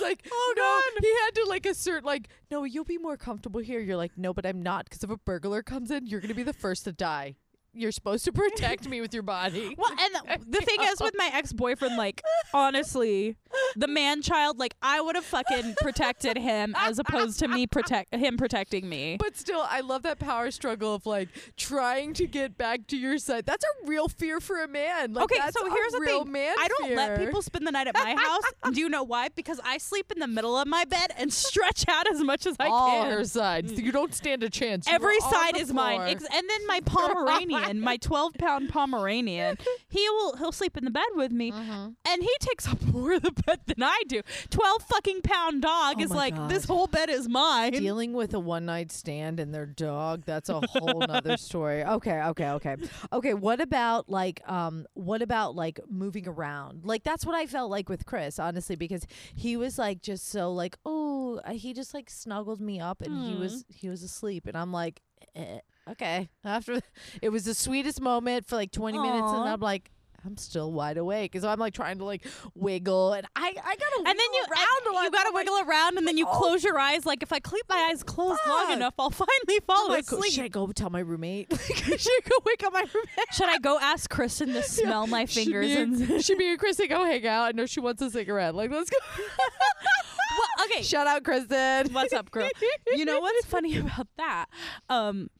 B: like, oh no. He had to like assert, like, no, you'll be more comfortable here. You're like, no, but I'm not, because if a burglar comes in, you're gonna be the first to die. You're supposed to protect me with your body.
A: Well, and the thing is with my ex-boyfriend, like honestly, the man-child, like I would have fucking protected him as opposed to me protect him protecting me.
B: But still, I love that power struggle of like trying to get back to your side. That's a real fear for a man. Like,
A: okay,
B: that's
A: so
B: a
A: here's the
B: real
A: thing.
B: Man
A: I don't let
B: fear.
A: people spend the night at my house. Do you know why? Because I sleep in the middle of my bed and stretch out as much as I
B: all
A: can.
B: her sides. You don't stand a chance. You
A: Every
B: are on
A: side
B: the
A: is mine,
B: floor.
A: Ex- and then my Pomeranian, my twelve-pound Pomeranian, he will he'll sleep in the bed with me,
B: Mm-hmm.
A: and he takes up more of the bed than I do. Twelve fucking pound dog
B: Oh
A: is
B: my
A: like this
B: God.
A: whole bed is mine.
B: Dealing with a one night stand and their dog, that's a whole nother story. Okay, okay, okay. Okay, what about like um what about like moving around? Like that's what I felt like with Chris, honestly, because he was like just so like, oh uh, he just like snuggled me up and he was he was asleep and I'm like eh, okay. After it was the sweetest moment for like twenty minutes and
A: Aw.
B: I'm like I'm still wide awake. So I'm like trying to like wiggle and I, I gotta
A: and then you
B: around a lot.
A: you gotta
B: I'm like,
A: wiggle around, and then you
B: oh.
A: close your eyes. Like if I keep my eyes closed long
B: Fuck. Oh
A: enough, I'll finally fall
B: I'm like,
A: asleep.
B: should I go tell my roommate? should I go wake up my roommate?
A: Should I go ask Kristen to smell my fingers?
B: Should me,
A: And
B: and, should me and Kristen go hang out? I know she wants a cigarette. Like, let's go.
A: Well, okay,
B: Shout out, Kristen.
A: What's up, girl? you know what's funny about that? Um,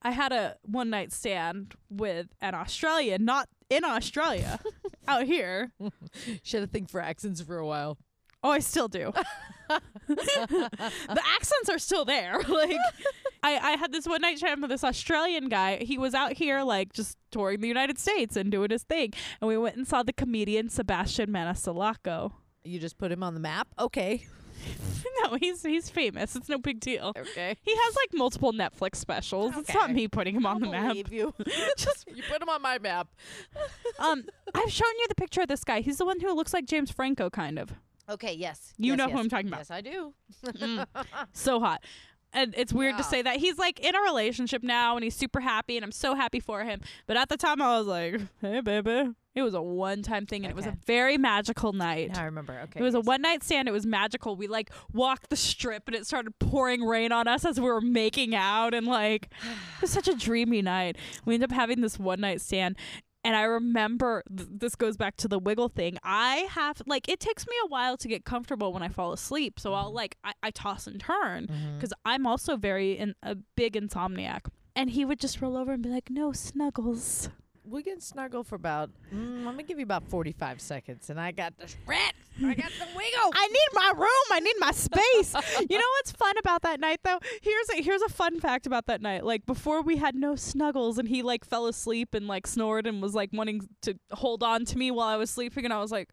A: I had a one night stand with an Australian, not in Australia, out here.
B: She had a thing for accents for a while.
A: Oh, I still do. the accents are still there. Like, I, I had this one night stand with this Australian guy. He was out here, like, just touring the United States and doing his thing. And we went and saw the comedian Sebastian Maniscalco.
B: You just put him on the map. Okay.
A: no, he's he's famous. It's no big deal.
B: Okay.
A: He has like multiple Netflix specials. It's not
B: Okay.
A: me putting him on the map.
B: you.
A: Just-
B: you put him on my map.
A: um, I've shown you the picture of this guy. He's the one who looks like James Franco, kind of.
B: Okay. Yes.
A: You know who I'm talking about.
B: Yes, I do.
A: Mm. So hot. And it's weird to
B: Yeah.
A: say that he's like in a relationship now and he's super happy and I'm so happy for him. But at the time I was like, hey, baby. It was a one time thing and it was a
B: Okay.
A: very magical night.
B: Now I remember. Okay.
A: It was a
B: yes.
A: one night stand. It was magical. We like walked the strip and it started pouring rain on us as we were making out. And like, it was such a dreamy night. We ended up having this one night stand. And I remember th- this goes back to the wiggle thing. I have, like, it takes me a while to get comfortable when I fall asleep. So
B: Mm-hmm.
A: I'll, like, I, I toss and turn because I'm also very in- a big insomniac. And he would just roll over and be like, no, snuggles.
B: We can snuggle for about. Mm, I'm gonna give you about 45 seconds, and I got the stretch. I got the wiggle.
A: I need my room. I need my space. you know what's fun about that night though? Here's a here's a fun fact about that night. Like before we had no snuggles and he like fell asleep and like snored and was like wanting to hold on to me while I was sleeping and I was like,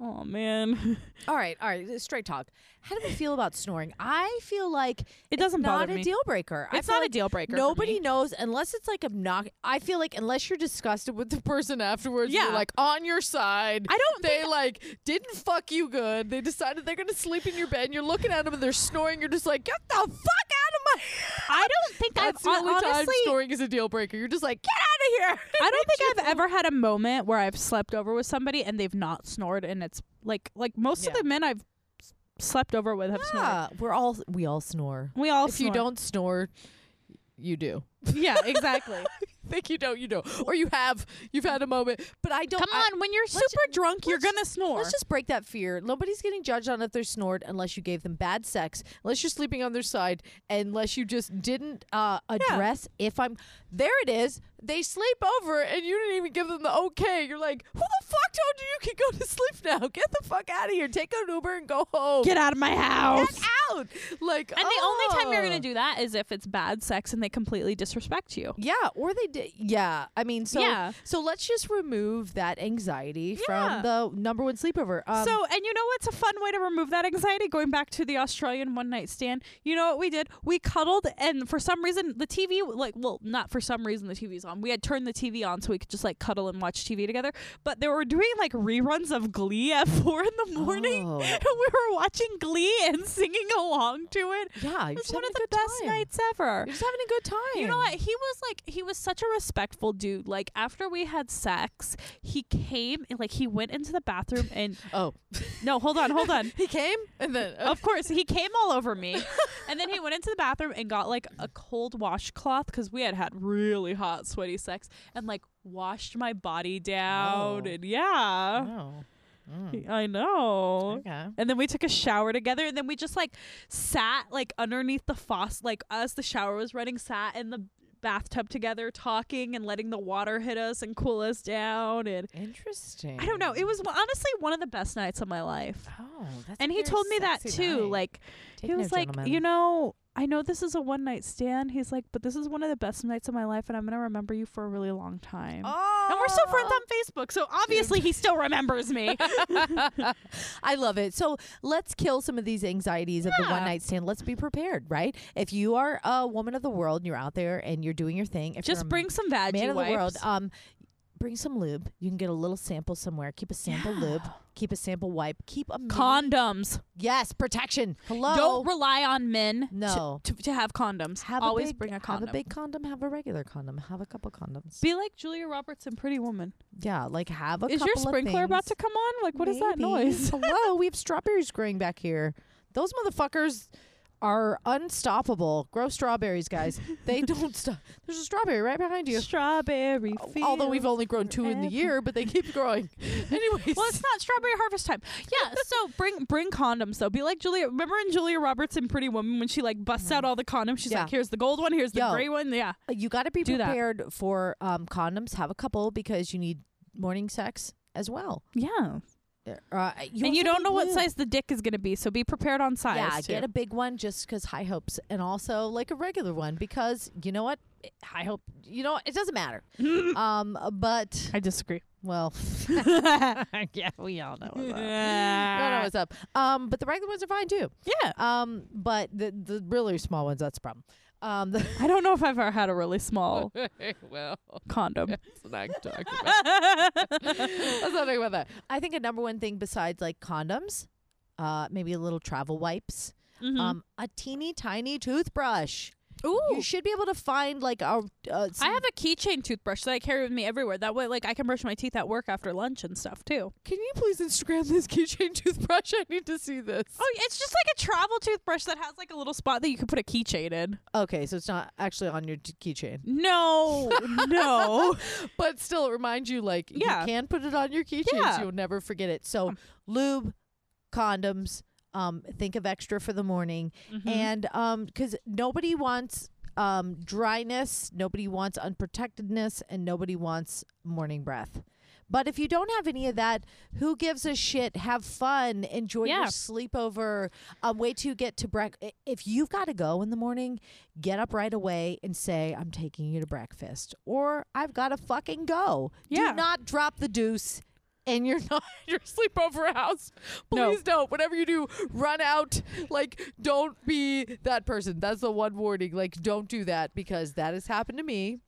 A: "Oh man.
B: All right, all right. Straight talk. How do we feel about snoring? I feel like
A: It doesn't
B: it's not
A: bother
B: a
A: me.
B: deal breaker. I
A: It's
B: feel
A: not a
B: like
A: deal breaker for
B: Nobody
A: me.
B: knows unless it's like obnoxious. I feel like unless you're disgusted with the person afterwards,
A: Yeah.
B: you're like on your side.
A: I don't
B: They
A: think-
B: like didn't fuck you good. They decided they're gonna sleep in your bed. and You're looking at them and they're snoring. You're just like get the fuck out of my.
A: I don't think I've
B: That's the only time
A: honestly
B: snoring is a deal breaker. You're just like get out of here.
A: I don't think I've ever had a moment where I've slept over with somebody and they've not snored and it's like like most of
B: Yeah.
A: the men I've s- slept over with have snored.
B: Yeah, we're all we all snore.
A: We all
B: if you don't snore, you do.
A: don't Yeah, exactly.
B: think you don't, you don't, or you have. You've had a moment, but I don't.
A: Come
B: I-
A: on, when you're
B: let's-
A: super drunk, you're
B: let's-
A: going to snore.
B: Let's just break that fear. Nobody's getting judged on if they snort unless you gave them bad sex, unless you're sleeping on their side, unless you just didn't uh, address if I'm. There it is. They sleep over and you didn't even give them the okay. You're like, who the fuck told you you can go to sleep now? Get the fuck out of here. Take an Uber and go home.
A: Get out of my house.
B: Get out. Like,
A: And the only time you're
B: oh.
A: gonna do that is if it's bad sex and they completely disrespect you.
B: Yeah, or they did. Yeah, I mean, so
A: Yeah.
B: so let's just remove that anxiety
A: Yeah.
B: from the number one sleepover. Um,
A: so, and you know what's a fun way to remove that anxiety? Going back to the Australian one night stand, you know what we did? We cuddled, and for some reason, the TV, like, well, not for some reason, the TV's on. We had turned the TV on so we could just like cuddle and watch TV together. But they were doing like reruns of Glee at four in the morning,
B: Oh.
A: and we were watching Glee and singing along to it.
B: Yeah,
A: It
B: you're
A: was
B: just
A: one
B: having
A: of
B: a
A: the
B: good
A: best
B: time.
A: nights ever.
B: You're just having a good time.
A: You know what? He was like, he was such a respectful dude. Like, after we had sex, he came and, like, he went into the bathroom and,
B: Oh,
A: no, hold on, hold on.
B: he came and then
A: Of course, he came all over me. And then he went into the bathroom and got like a cold washcloth because we had had really hot, sweaty sex and like washed my body down.
B: Oh.
A: And yeah,
B: Oh. Mm.
A: I know.
B: Okay.
A: And then we took a shower together, and then we just like sat like underneath the faucet, like as the shower was running, sat in the bathtub together, talking and letting the water hit us and cool us down. And
B: Interesting.
A: I don't know, it was honestly one of the best nights of my life.
B: Oh, that's a
A: And he
B: very
A: told me that
B: sexy
A: too.
B: night.
A: Like
B: Take
A: he
B: note,
A: was like,
B: gentlemen.
A: you know, I know this is a one night stand. He's like, but this is one of the best nights of my life, and I'm gonna remember you for a really long time.
B: Oh.
A: And we're still friends on Facebook, so obviously he still remembers me.
B: I love it. So let's kill some of these anxieties of the one
A: Yeah.
B: night stand. Let's be prepared, right? If you are a woman of the world and you're out there and you're doing your thing, if
A: Just
B: you're a
A: bring some veggie
B: man of the world,
A: wipes.
B: um, bring some lube. You can get a little sample somewhere. Keep a sample lube. Keep a sample wipe. Keep a mini-
A: condoms.
B: Yes, protection. Hello.
A: Don't rely on men. to-
B: No.
A: To, to, have condoms.
B: have
A: Always
B: a big,
A: bring a
B: Have
A: condom.
B: a big condom. Have a regular condom. Have a couple condoms.
A: Be like Julia Roberts in Pretty Woman.
B: yeah, like have a.
A: is your
B: couple of
A: sprinkler about
B: things.
A: to come on? Like, what is that
B: Maybe.
A: noise?
B: Hello, we have strawberries growing back here. Those motherfuckers are unstoppable. Grow strawberries, guys. They don't stop. There's a strawberry right behind you. Oh,
A: Strawberry
B: Although we've
A: fields
B: only grown two in the
A: forever.
B: year, but they keep growing. Anyways,
A: Well, it's not strawberry harvest time. Yeah, so bring bring condoms though. Be like Julia. Remember in Julia Roberts in Pretty Woman when she like busts out all the condoms? She's
B: Mm-hmm. Yeah.
A: like, "Here's the gold one. Here's the
B: Yo.
A: gray one." Yeah,
B: you got to be
A: Do that.
B: prepared for um, condoms. Have a couple because you need morning sex as well.
A: yeah.
B: Uh,
A: and you
B: also
A: don't
B: need
A: know what
B: lube.
A: size the dick is gonna be, so be prepared on size.
B: Yeah,
A: too.
B: get a big one just 'cause high hopes, and also like a regular one because you know what, high hope. You know what? it doesn't matter. um, but
A: I disagree.
B: Well, yeah, we all know what's up. We all know
A: Yeah.
B: what's up. Um, but the regular ones are fine too.
A: yeah.
B: Um, but the the really small ones, that's the problem. Um, the
A: I don't know if I've ever had a really small condom.
B: let's not talk about that. I think a number one thing besides like condoms, uh, maybe a little travel wipes,
A: Mm-hmm.
B: um, a teeny tiny toothbrush.
A: Ooh.
B: You should be able to find like a. Uh,
A: I
B: some-
A: have a keychain toothbrush that I carry with me everywhere. That way, like, I can brush my teeth at work after lunch and stuff too.
B: Can you please Instagram this keychain toothbrush? I need to see this.
A: Oh, it's just like a travel toothbrush that has like a little spot that you can put a keychain in.
B: Okay, so it's not actually on your t- keychain.
A: No, no.
B: but still it reminds you like
A: Yeah.
B: you can put it on your keychains
A: Yeah. Um,
B: you'll never forget it so lube condoms um think of extra for the morning
A: Mm-hmm.
B: and um because nobody wants um dryness nobody wants unprotectedness and nobody wants morning breath but if you don't have any of that, who gives a shit? Have fun, enjoy
A: Yeah.
B: your sleepover. Um, wait till you get to breakfast. If you've got to go in the morning, get up right away and say, "I'm taking you to breakfast," or "I've got to fucking go."
A: Yeah.
B: Do not drop the deuce. And you're not your sleepover house. Please don't. Whatever you do, run out. Like, don't be that person. That's the one warning. Like, don't do that because that has happened to me.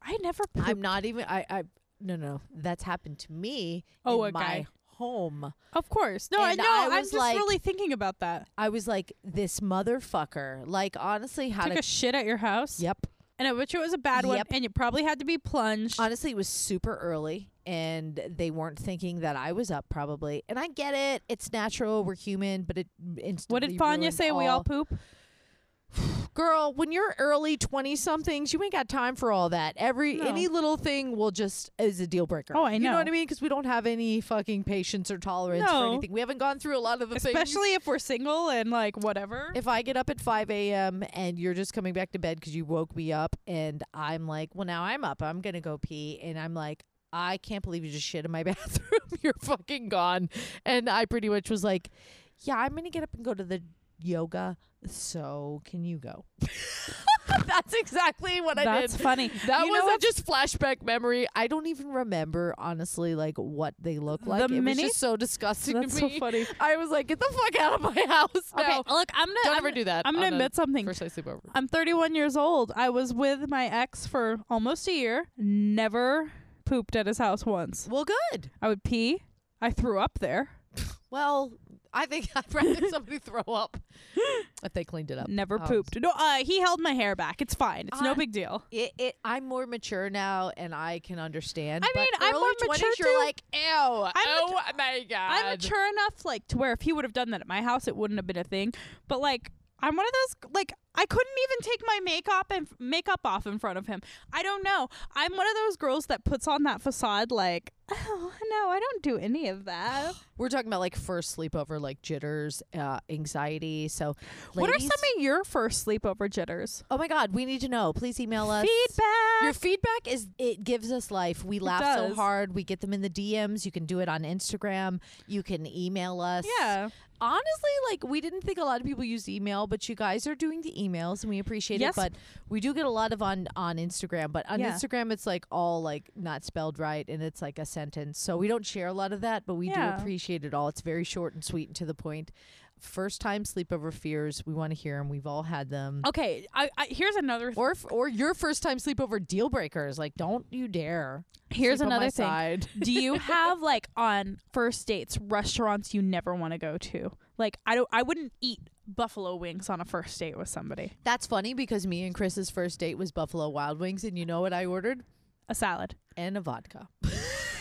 A: I never.
B: I'm not even. I. I. No, no. That's happened to me.
A: Oh,
B: in
A: okay.
B: my home.
A: Of course. No, I
B: And
A: know.
B: I
A: I'm
B: was
A: just
B: like-
A: really thinking about that.
B: I was like, this motherfucker. Like, honestly, how
A: Took
B: to.
A: a shit at your house.
B: yep.
A: And I bet you it was a bad one,
B: Yep.
A: and you probably had to be plunged.
B: Honestly, it was super early, and they weren't thinking that I was up probably. And I get it; it's natural. We're human, but it instantly.
A: what did Fanya
B: ruined
A: say? We all poop.
B: Girl, when you're early twenty somethings, you ain't got time for all that. Every
A: No.
B: any little thing will just is a deal breaker.
A: Oh, I
B: You know
A: know.
B: what I mean? Because we don't have any fucking patience or tolerance for
A: No.
B: anything. We haven't gone through a lot of the things.
A: Especially if we're single and like whatever.
B: if I get up at 5 a.m. and you're just coming back to bed because you woke me up, and I'm like, well, now I'm up. I'm going to go pee. And I'm like, I can't believe you just shit in my bathroom. you're fucking gone. And I pretty much was like, yeah, I'm going to get up and go to the yoga. So can you go? That's exactly what I
A: That's
B: did.
A: funny.
B: That
A: You know
B: was a
A: what?
B: just flashback memory. I don't even remember honestly, like what they look like. it was
A: mini-
B: just so disgusting
A: That's
B: to
A: so
B: me.
A: funny.
B: I was like, "Get the fuck out of my house now!"
A: Okay, look, I'm gonna
B: Don't
A: I'm,
B: ever do that
A: I'm gonna
B: on a
A: admit something.
B: First night sleepover.
A: I'm 31 years old. I was with my ex for almost a year. Never pooped at his house once.
B: Well, good.
A: I would pee. I threw up there.
B: Well, I think I'd rather somebody throw up if they cleaned it up.
A: Never
B: Um,
A: pooped. No, uh, he held my hair back. It's fine. It's no
B: Uh,
A: big deal.
B: It, it, I'm more mature now, and I can understand.
A: I
B: but
A: mean, I'm
B: early
A: more
B: 20s,
A: mature
B: You're
A: too.
B: like, ew, oh
A: mat-
B: my god.
A: I'm mature enough, like, to where if he would have done that at my house, it wouldn't have been a thing. But like, I'm one of those like I couldn't even take my makeup and makeup off in front of him. I don't know. I'm one of those girls that puts on that facade, like, oh no, I don't do any of that.
B: We're talking about like first sleepover, like jitters, uh, anxiety. So,
A: what are
B: ladies-
A: some of your first sleepover jitters?
B: Oh my god, we need to know. Please email us.
A: Feedback.
B: Your feedback is it gives us life. We laugh so
A: does.
B: hard. We get them in the DMs. You can do it on Instagram. You can email us.
A: yeah.
B: Honestly, like we didn't think a lot of people use email, but you guys are doing the emails and we appreciate
A: Yes.
B: it. But we do get a lot of on on Instagram. But on
A: Yeah.
B: Instagram it's like all like not spelled right and it's like a sentence. So we don't share a lot of that, but we
A: Yeah.
B: do appreciate it all. It's very short and sweet and to the point. First time sleepover fears, we want to hear them. We've all had them
A: Okay. I, I here's another. thing.
B: or f- or your first time sleepover deal breakers. Like, don't you dare.
A: Here's
B: sleep on my
A: another thing.
B: side.
A: do you have like on first dates restaurants you never want to go to? Like I don't I wouldn't eat buffalo wings on a first date with somebody.
B: That's funny because me and Chris's first date was Buffalo Wild Wings, and you know what I ordered?
A: A salad.
B: And a vodka.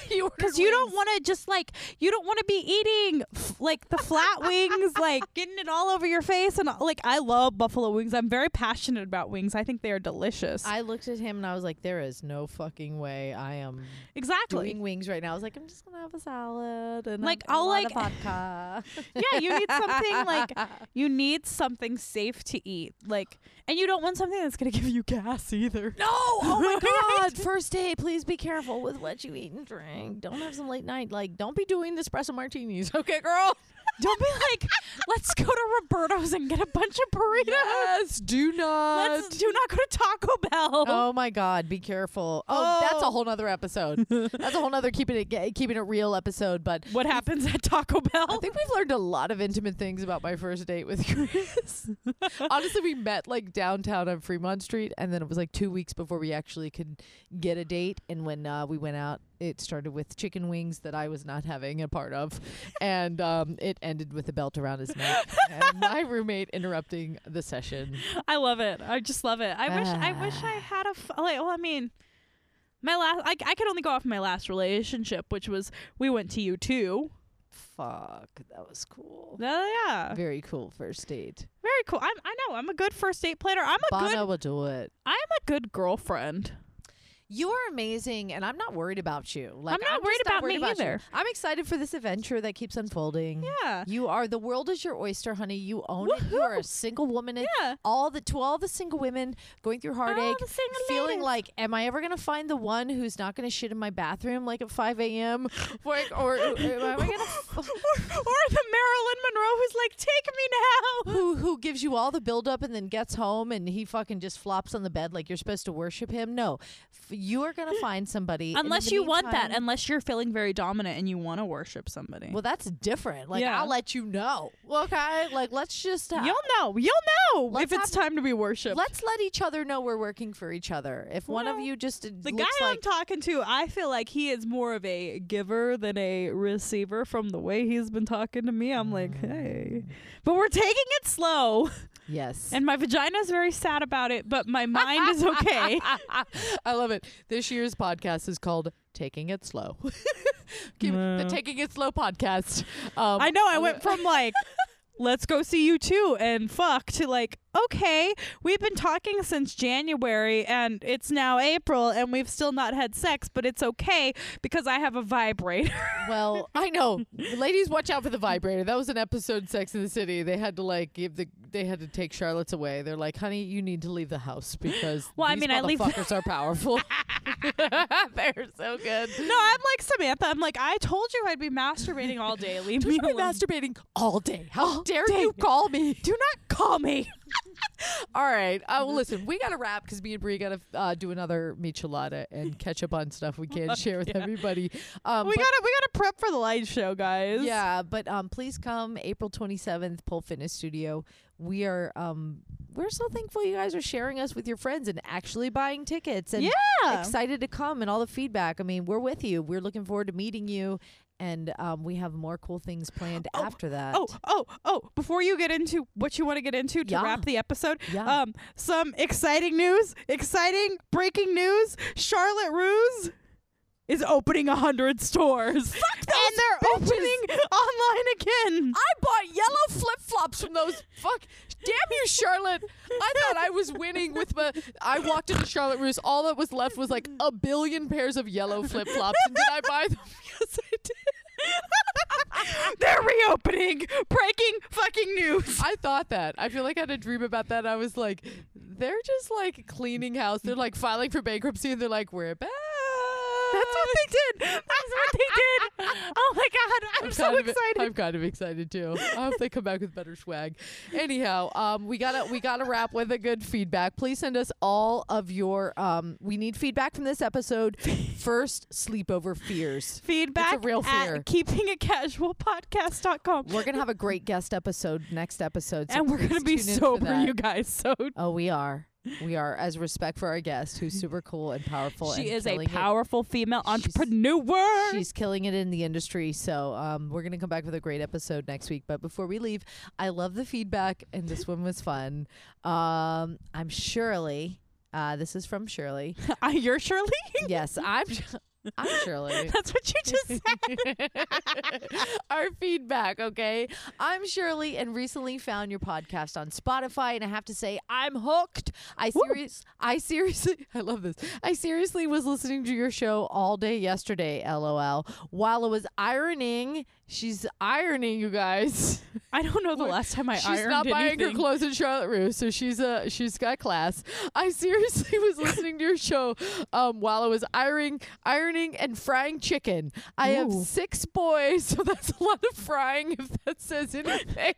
A: You cuz you don't want to just like you don't want to be eating f- like the flat wings like getting it all over your face and like I love buffalo wings. I'm very passionate about wings. I think they are delicious.
B: I looked at him and I was like, "There is no fucking way I am
A: exactly.
B: doing wings right now." I was like, "I'm just gonna have a salad and
A: Like,
B: a
A: I'll,
B: lot
A: like-
B: of vodka."
A: yeah, you need something like you need something safe to eat. Like and you don't want something that's going to give you gas either.
B: No! Oh my God! First date, please be careful with what you eat and drink. Don't have some late night. Like, don't be doing espresso martinis, okay, girl?
A: Don't be like, let's go to Roberto's and get a bunch of burritos.
B: do not.
A: Let's do not go to Taco Bell.
B: Oh my God! Be careful. Oh, that's a whole nother episode. that's a whole nother keeping it ga- keeping it real episode. But
A: What happens at Taco
B: I
A: Bell?
B: think we've learned a lot of intimate things about my first date with Chris. Honestly, we met like downtown on Fremont Street, and then it was like two weeks before we actually could get a date. And when uh, we went out, it started with chicken wings that I was not having a part of, and um, it ended with a belt around his neck and my roommate interrupting the session.
A: I love it. I just love it. I wish. I wish
B: Ah.
A: I had a. F- like, well, I mean, my last. I, I could only go off my last relationship, which was we went to you too.
B: Fuck, that was cool.
A: Oh yeah,
B: Very cool first date.
A: very cool. I'm. I know. I'm a good first date planner. I'm a
B: Bono
A: good.
B: will do it.
A: I'm a good girlfriend.
B: You are amazing, and I'm not worried about you. Like,
A: I'm not
B: just
A: worried about me
B: you.
A: either.
B: I'm excited for this adventure that keeps unfolding.
A: Yeah.
B: You are the world is your oyster, honey. You own it. You are a single woman. in-
A: Yeah.
B: All the to all the single women going through heartache,
A: the single
B: feeling
A: ladies.
B: like, am I ever gonna find the one who's not gonna shit in my bathroom like at 5 a.m. Like, or, or am I gonna
A: or, or the Marilyn Monroe who's like, take me now.
B: who who gives you all the buildup and then gets home and he fucking just flops on the bed like you're supposed to worship him. No, F- you are gonna find somebody. and in
A: unless
B: the
A: you want that
B: meantime-
A: unless you're feeling very dominant and you want to worship somebody
B: well, that's different. Like
A: Yeah.
B: I'll let you know. Okay, like let's just uh,
A: you'll know you'll know if
B: Let's
A: it's
B: have-
A: time to be worshipped
B: let's let each other know we're working for each other. If one of
A: Well,
B: you just uh,
A: the guy
B: looks
A: i'm
B: like
A: talking to i feel like he is more of a giver than a receiver from the way he's been talking to me i'm
B: Mm.
A: like hey but we're taking it slow
B: yes,
A: and my vagina's very sad about it but my mind is okay
B: I love it. This year's podcast is called "Taking It Slow." Keep- The "Taking It Slow" podcast. Um,
A: i know i went from like Let's go see you too and fuck to like, okay, we've been talking since January and it's now April and we've still not had sex, but it's okay because I have a vibrator.
B: Well, I know. Ladies, watch out for the vibrator. That was an episode Sex in the City. They had to like give the they had to take Charlotte's away. They're like, honey, you need to leave the house because
A: Well, I
B: these
A: mean, I leave-
B: motherfuckers are powerful. They're so good.
A: No, I'm like Samantha. I'm like, I told you I'd be masturbating all day. Leave
B: Don't
A: me
B: you be
A: alone.
B: masturbating all day. How dare
A: day.
B: you call me?
A: Do not call me.
B: All right. Uh, well, listen, we got to wrap because me and Brie got to uh, do another michelada and catch up on stuff we can't share with everybody. Um,
A: We
B: but-
A: gotta we gotta prep for the light show, guys.
B: Yeah, but um, please come April 27th, Pole Fitness Studio. We are um, we're so thankful you guys are sharing us with your friends and actually buying tickets and
A: Yeah.
B: excited to come and all the feedback. I mean, we're with you. We're looking forward to meeting you and um, we have more cool things planned
A: Oh,
B: after that.
A: Oh, oh, oh! Before you get into what you want to get into to
B: Yeah.
A: wrap the episode,
F: Ah.
B: Yeah.
A: um, some exciting news, exciting breaking news: Charlotte Ruse is opening a hundred stores, and they're opening online again.
F: I bought yellow flip flops from those. Fuck. Damn you, Charlotte. I thought I was winning with my. I walked into Charlotte Roos. All that was left was like a billion pairs of yellow flip flops. And did I buy them? Yes, I did.
A: They're reopening. Breaking fucking news.
F: I thought that. I feel like I had a dream about that. I was like, they're just like cleaning house. They're like filing for bankruptcy and they're like, we're back.
A: That's what they did. That's what they did. Oh my god, I'm, so
F: kind of-
A: excited.
F: I'm kind of excited too. I hope they come back with better swag. Anyhow, um, we gotta we gotta wrap with a good feedback. Please send us all of your um, we need feedback from this episode. First sleepover fears.
A: Feedback
F: real fear.
A: at keepingitcasualpodcast.com.
B: We're gonna have a great guest episode next episode, so
A: and we're going to
B: please
A: be
B: tune in for
A: sober,
B: that.
A: you guys. So
B: Oh, we are. We are as respect for our guest, who's super cool and powerful.
A: she
B: and
A: is a
B: killing it.
A: powerful female
B: She's-
A: entrepreneur.
B: She's killing it in the industry. So um, we're going to come back with a great episode next week. But before we leave, I love the feedback, and this one was fun. Um, I'm Shirley. Uh, this is from Shirley.
A: Uh, you're Shirley?
B: Yes, I'm. I'm Shirley.
A: That's what you just said.
B: Our feedback, okay? I'm Shirley and recently found your podcast on Spotify and I have to say I'm hooked. I serious I seriously I love this. I seriously was listening to your show all day yesterday, LOL. While I was ironing, she's ironing you guys.
A: I don't know the
F: Look,
A: last time I
F: she's
A: ironed
F: not buying
A: anything.
F: her clothes in Charlotte Russe, so she's uh she's got class. I seriously was listening to your show um, while I was ironing, ironing and frying chicken. I
A: Ooh.
F: have six boys, so that's a lot of frying. If that says anything.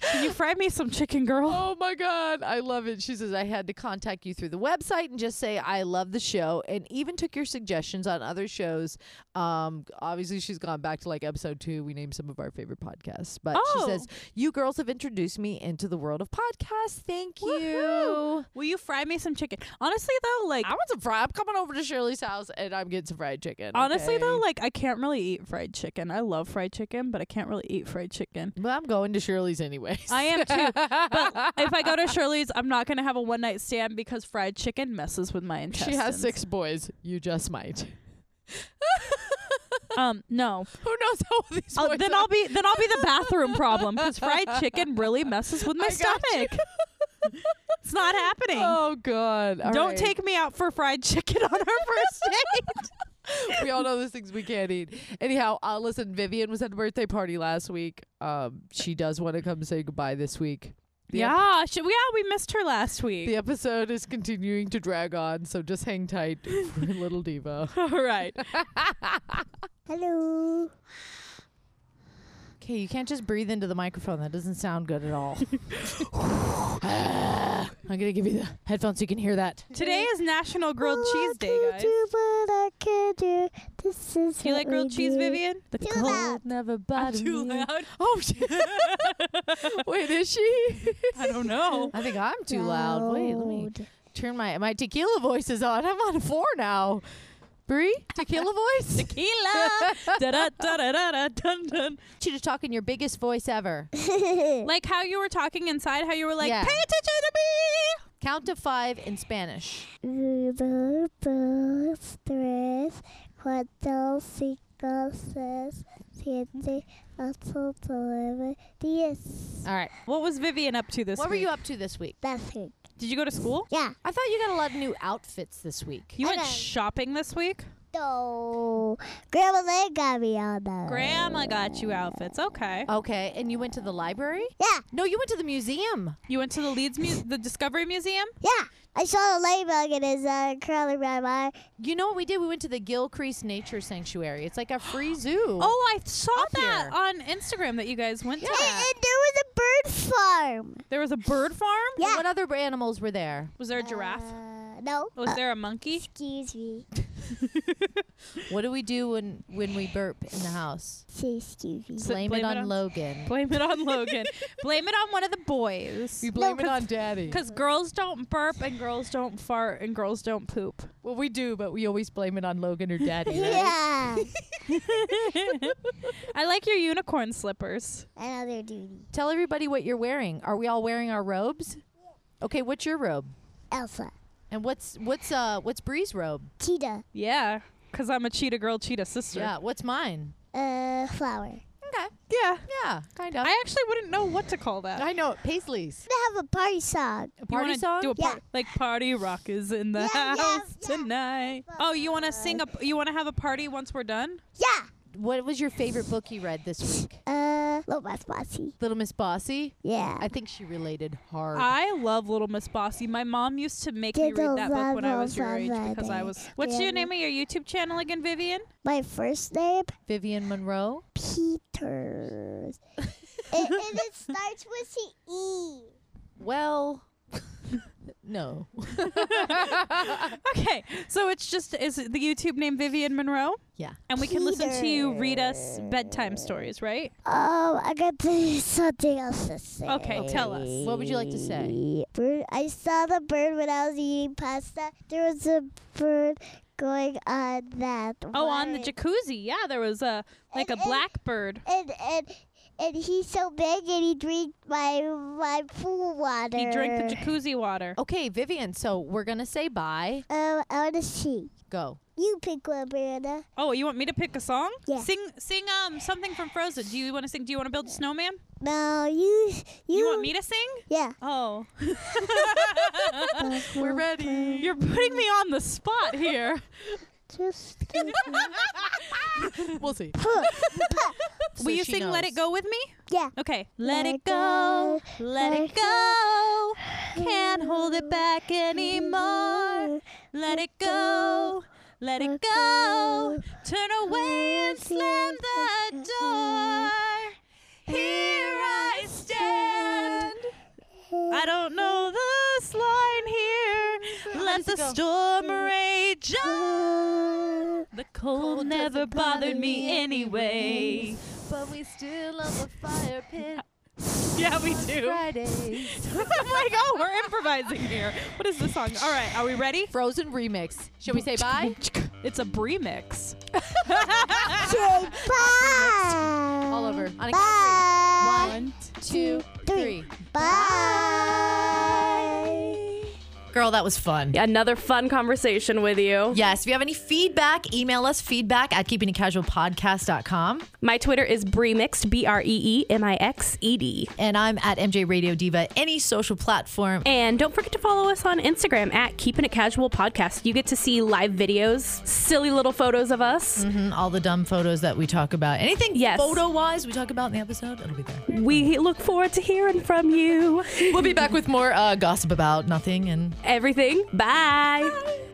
A: Can you fry me some chicken, girl?
F: Oh my god, I love it.
B: She says I had to contact you through the website and just say I love the show and even took your suggestions on other shows. Um obviously she's gone back to like episode 2 we named some of our favorite podcasts, but
A: Oh.
B: she says you girls have introduced me into the world of podcasts. Thank you.
A: Woohoo. Will you fry me some chicken? Honestly, though, like.
F: I want some fry. I'm coming over to Shirley's house and I'm getting some fried chicken.
A: Honestly
F: okay?
A: though, like I can't really eat fried chicken. I love fried chicken, but I can't really eat fried chicken.
F: Well, I'm going to Shirley's anyways.
A: I am too. But if I go to Shirley's, I'm not gonna have a one night stand because fried chicken messes with my
F: she
A: intestines.
F: has six boys. You just might.
A: Um, no.
F: Who knows how old these
A: I'll-
F: boys
A: then
F: are?
A: I'll be then I'll be the bathroom problem because fried chicken really messes with my
F: I got you.
A: stomach. It's not happening.
F: Oh God! All
A: Don't
F: right.
A: take me out for fried chicken on our first date.
F: we all know those things we can't eat. Anyhow, uh, listen, Vivian was at a birthday party last week. Um, she does want to come say goodbye this week. The ep-
A: yeah, she, yeah, we missed her last week.
F: the episode is continuing to drag on, so just hang tight for Little Diva.
A: All right.
B: Okay, you can't just breathe into the microphone. That doesn't sound good at all. I'm gonna give you the headphones so you can hear that.
A: Today is National
G: Oh,
A: Grilled Cheese Day, guys. Do you like grilled cheese, Vivian?
B: The cold never bothered
A: Too
B: me.
A: loud?
F: oh shit! Wait, is she?
A: I don't know.
B: I think I'm too loud. Wait, let me turn my my tequila voice is on. I'm on four now. Bree, tequila voice.
A: Tequila. da da da da da dun dun.
B: you to talk in your biggest voice ever.
A: Like how you were talking inside, how you were like,
B: Yeah.
A: "Pay attention to me."
B: Count to five in Spanish.
G: Uno, dos, tres, cuatro, cinco, seis, siete, ocho, nueve, diez.
B: All right.
A: What was Vivian up to this
B: What were
A: week?
B: you up to this week?
G: Nothing.
A: Did you go to school?
G: Yeah.
B: I thought you got a lot of new outfits this week.
A: You went
G: Okay.
A: shopping this week?
G: No. Grandma Lynn got me all that.
A: Grandma got you outfits. Okay.
B: Okay, and you went to the library?
G: yeah.
B: No, you went to the museum.
A: You went to the Leeds Mu- the Discovery Museum?
G: Yeah. I saw a ladybug and it's uh, curling around my eye.
B: You know what we did? We went to the Gill Crease Nature Sanctuary. It's like a free zoo.
A: Oh, I saw
B: Up
A: that
B: here.
A: on Instagram that you guys went to.
G: And,
A: That.
G: and there was a bird farm.
A: There was a bird farm?
G: Yeah.
B: What other animals were there?
A: Was there a giraffe?
G: Uh, No.
A: Was
G: Uh,
A: there a monkey?
G: excuse me.
B: What do we do when when we burp in the house?
G: Say excuse me.
A: So-
B: Blame, it,
A: blame it
B: on,
A: on-
B: Logan.
A: Blame it on Logan. Blame it on one of the boys.
F: You blame it
A: No,
F: on daddy.
A: Because girls don't burp and girls don't fart and girls don't poop.
F: Well, we do, but we always blame it on Logan or daddy. right?
G: Yeah.
A: I like your unicorn slippers.
G: Another duty.
B: Tell everybody what you're wearing. Are we all wearing our robes? Okay, what's your robe?
G: Elsa.
B: And what's what's uh what's Bree's robe?
G: Cheetah.
A: Yeah, because I'm a cheetah girl, cheetah sister.
B: Yeah, what's mine?
G: Uh, flower.
B: Okay.
A: yeah.
B: Yeah, kind of.
A: I actually wouldn't know what to call that.
B: I know Paisley's.
G: They have a party song.
B: A
A: You
B: party
A: wanna
B: song.
A: Do a
G: Yeah.
A: par- Like party rock is in the
G: Yeah, yeah,
A: house
G: yeah.
A: tonight. Oh, you want to sing a? You want to have a party once we're done?
G: Yeah.
B: what was your favorite book you read this week?
G: Uh, Lomas Bossy.
B: Little Miss Bossy.
G: Yeah.
B: I think she related hard.
A: I love Little Miss Bossy. My mom used to make me read that book when I was your age because I was. What's your name of your YouTube channel again, Vivian?
G: My first name,
B: Vivian Monroe.
G: Peters. it, and it starts with the E.
B: Well, no.
A: Okay, so it's just is it the YouTube name Vivian Monroe,
B: Yeah.
A: and we can listen to you read us bedtime stories, right?
G: Um, I got to- something else to say.
A: Okay, tell us.
B: What would you like to say?
G: Bird. I saw the bird when I was eating pasta. There was a bird going on that.
A: Oh, on the
G: way.
A: jacuzzi. Yeah, there was a like a
G: And- and-
A: blackbird.
G: and and and he's so big and he drank my my pool water.
A: He drank the jacuzzi water.
B: Okay, Vivian. So we're gonna say bye.
G: Um, I want to see.
B: Go.
G: You pick one, Brianna.
A: Oh, you want me to pick a song?
G: Yeah.
A: Sing, sing um something from Frozen. Do you want to sing? Do you want to build a snowman?
G: No, you you.
A: You want me to sing?
G: Yeah.
A: Oh,
F: We're ready.
A: you're putting me on the spot here.
G: Just.
F: We'll see.
A: Will you
B: she
A: sing "Let It
B: knows.
A: Go" with me?
G: yeah.
A: Okay. Let it go. Let it go. Can't hold it back anymore. Let it go. Let it go. Turn away and slam the door. Here I stand. I don't know this line here. Let the storm rage on. The cold never bothered me anyway.
B: But we still on the fire pit
A: Yeah, we do.
B: Friday.
A: I'm like, oh, we're improvising here. What is this song? All right, are we ready?
B: Frozen remix. Shall we say bye?
A: It's a remix.
G: Say bye.
B: All over. On a count
G: Bye.
B: of three. One, two, three.
G: Bye.
B: Girl, that was fun.
C: Another fun conversation with you.
B: Yes. If you have any feedback, email us feedback at keepingitcasualpodcast.com.
C: My Twitter is Bremixed, B R E E M I X E D.
B: And I'm at MJ Radio Diva, any social platform.
C: And don't forget to follow us on Instagram at Keeping It Casual Podcast. You get to see live videos, silly little photos of us.
B: And all the dumb photos that we talk about. Anything
C: Yes.
B: photo wise we talk about in the episode, it'll be there.
C: We look forward to hearing from you.
B: We'll be back with more uh, gossip about nothing and
C: Everything. Bye.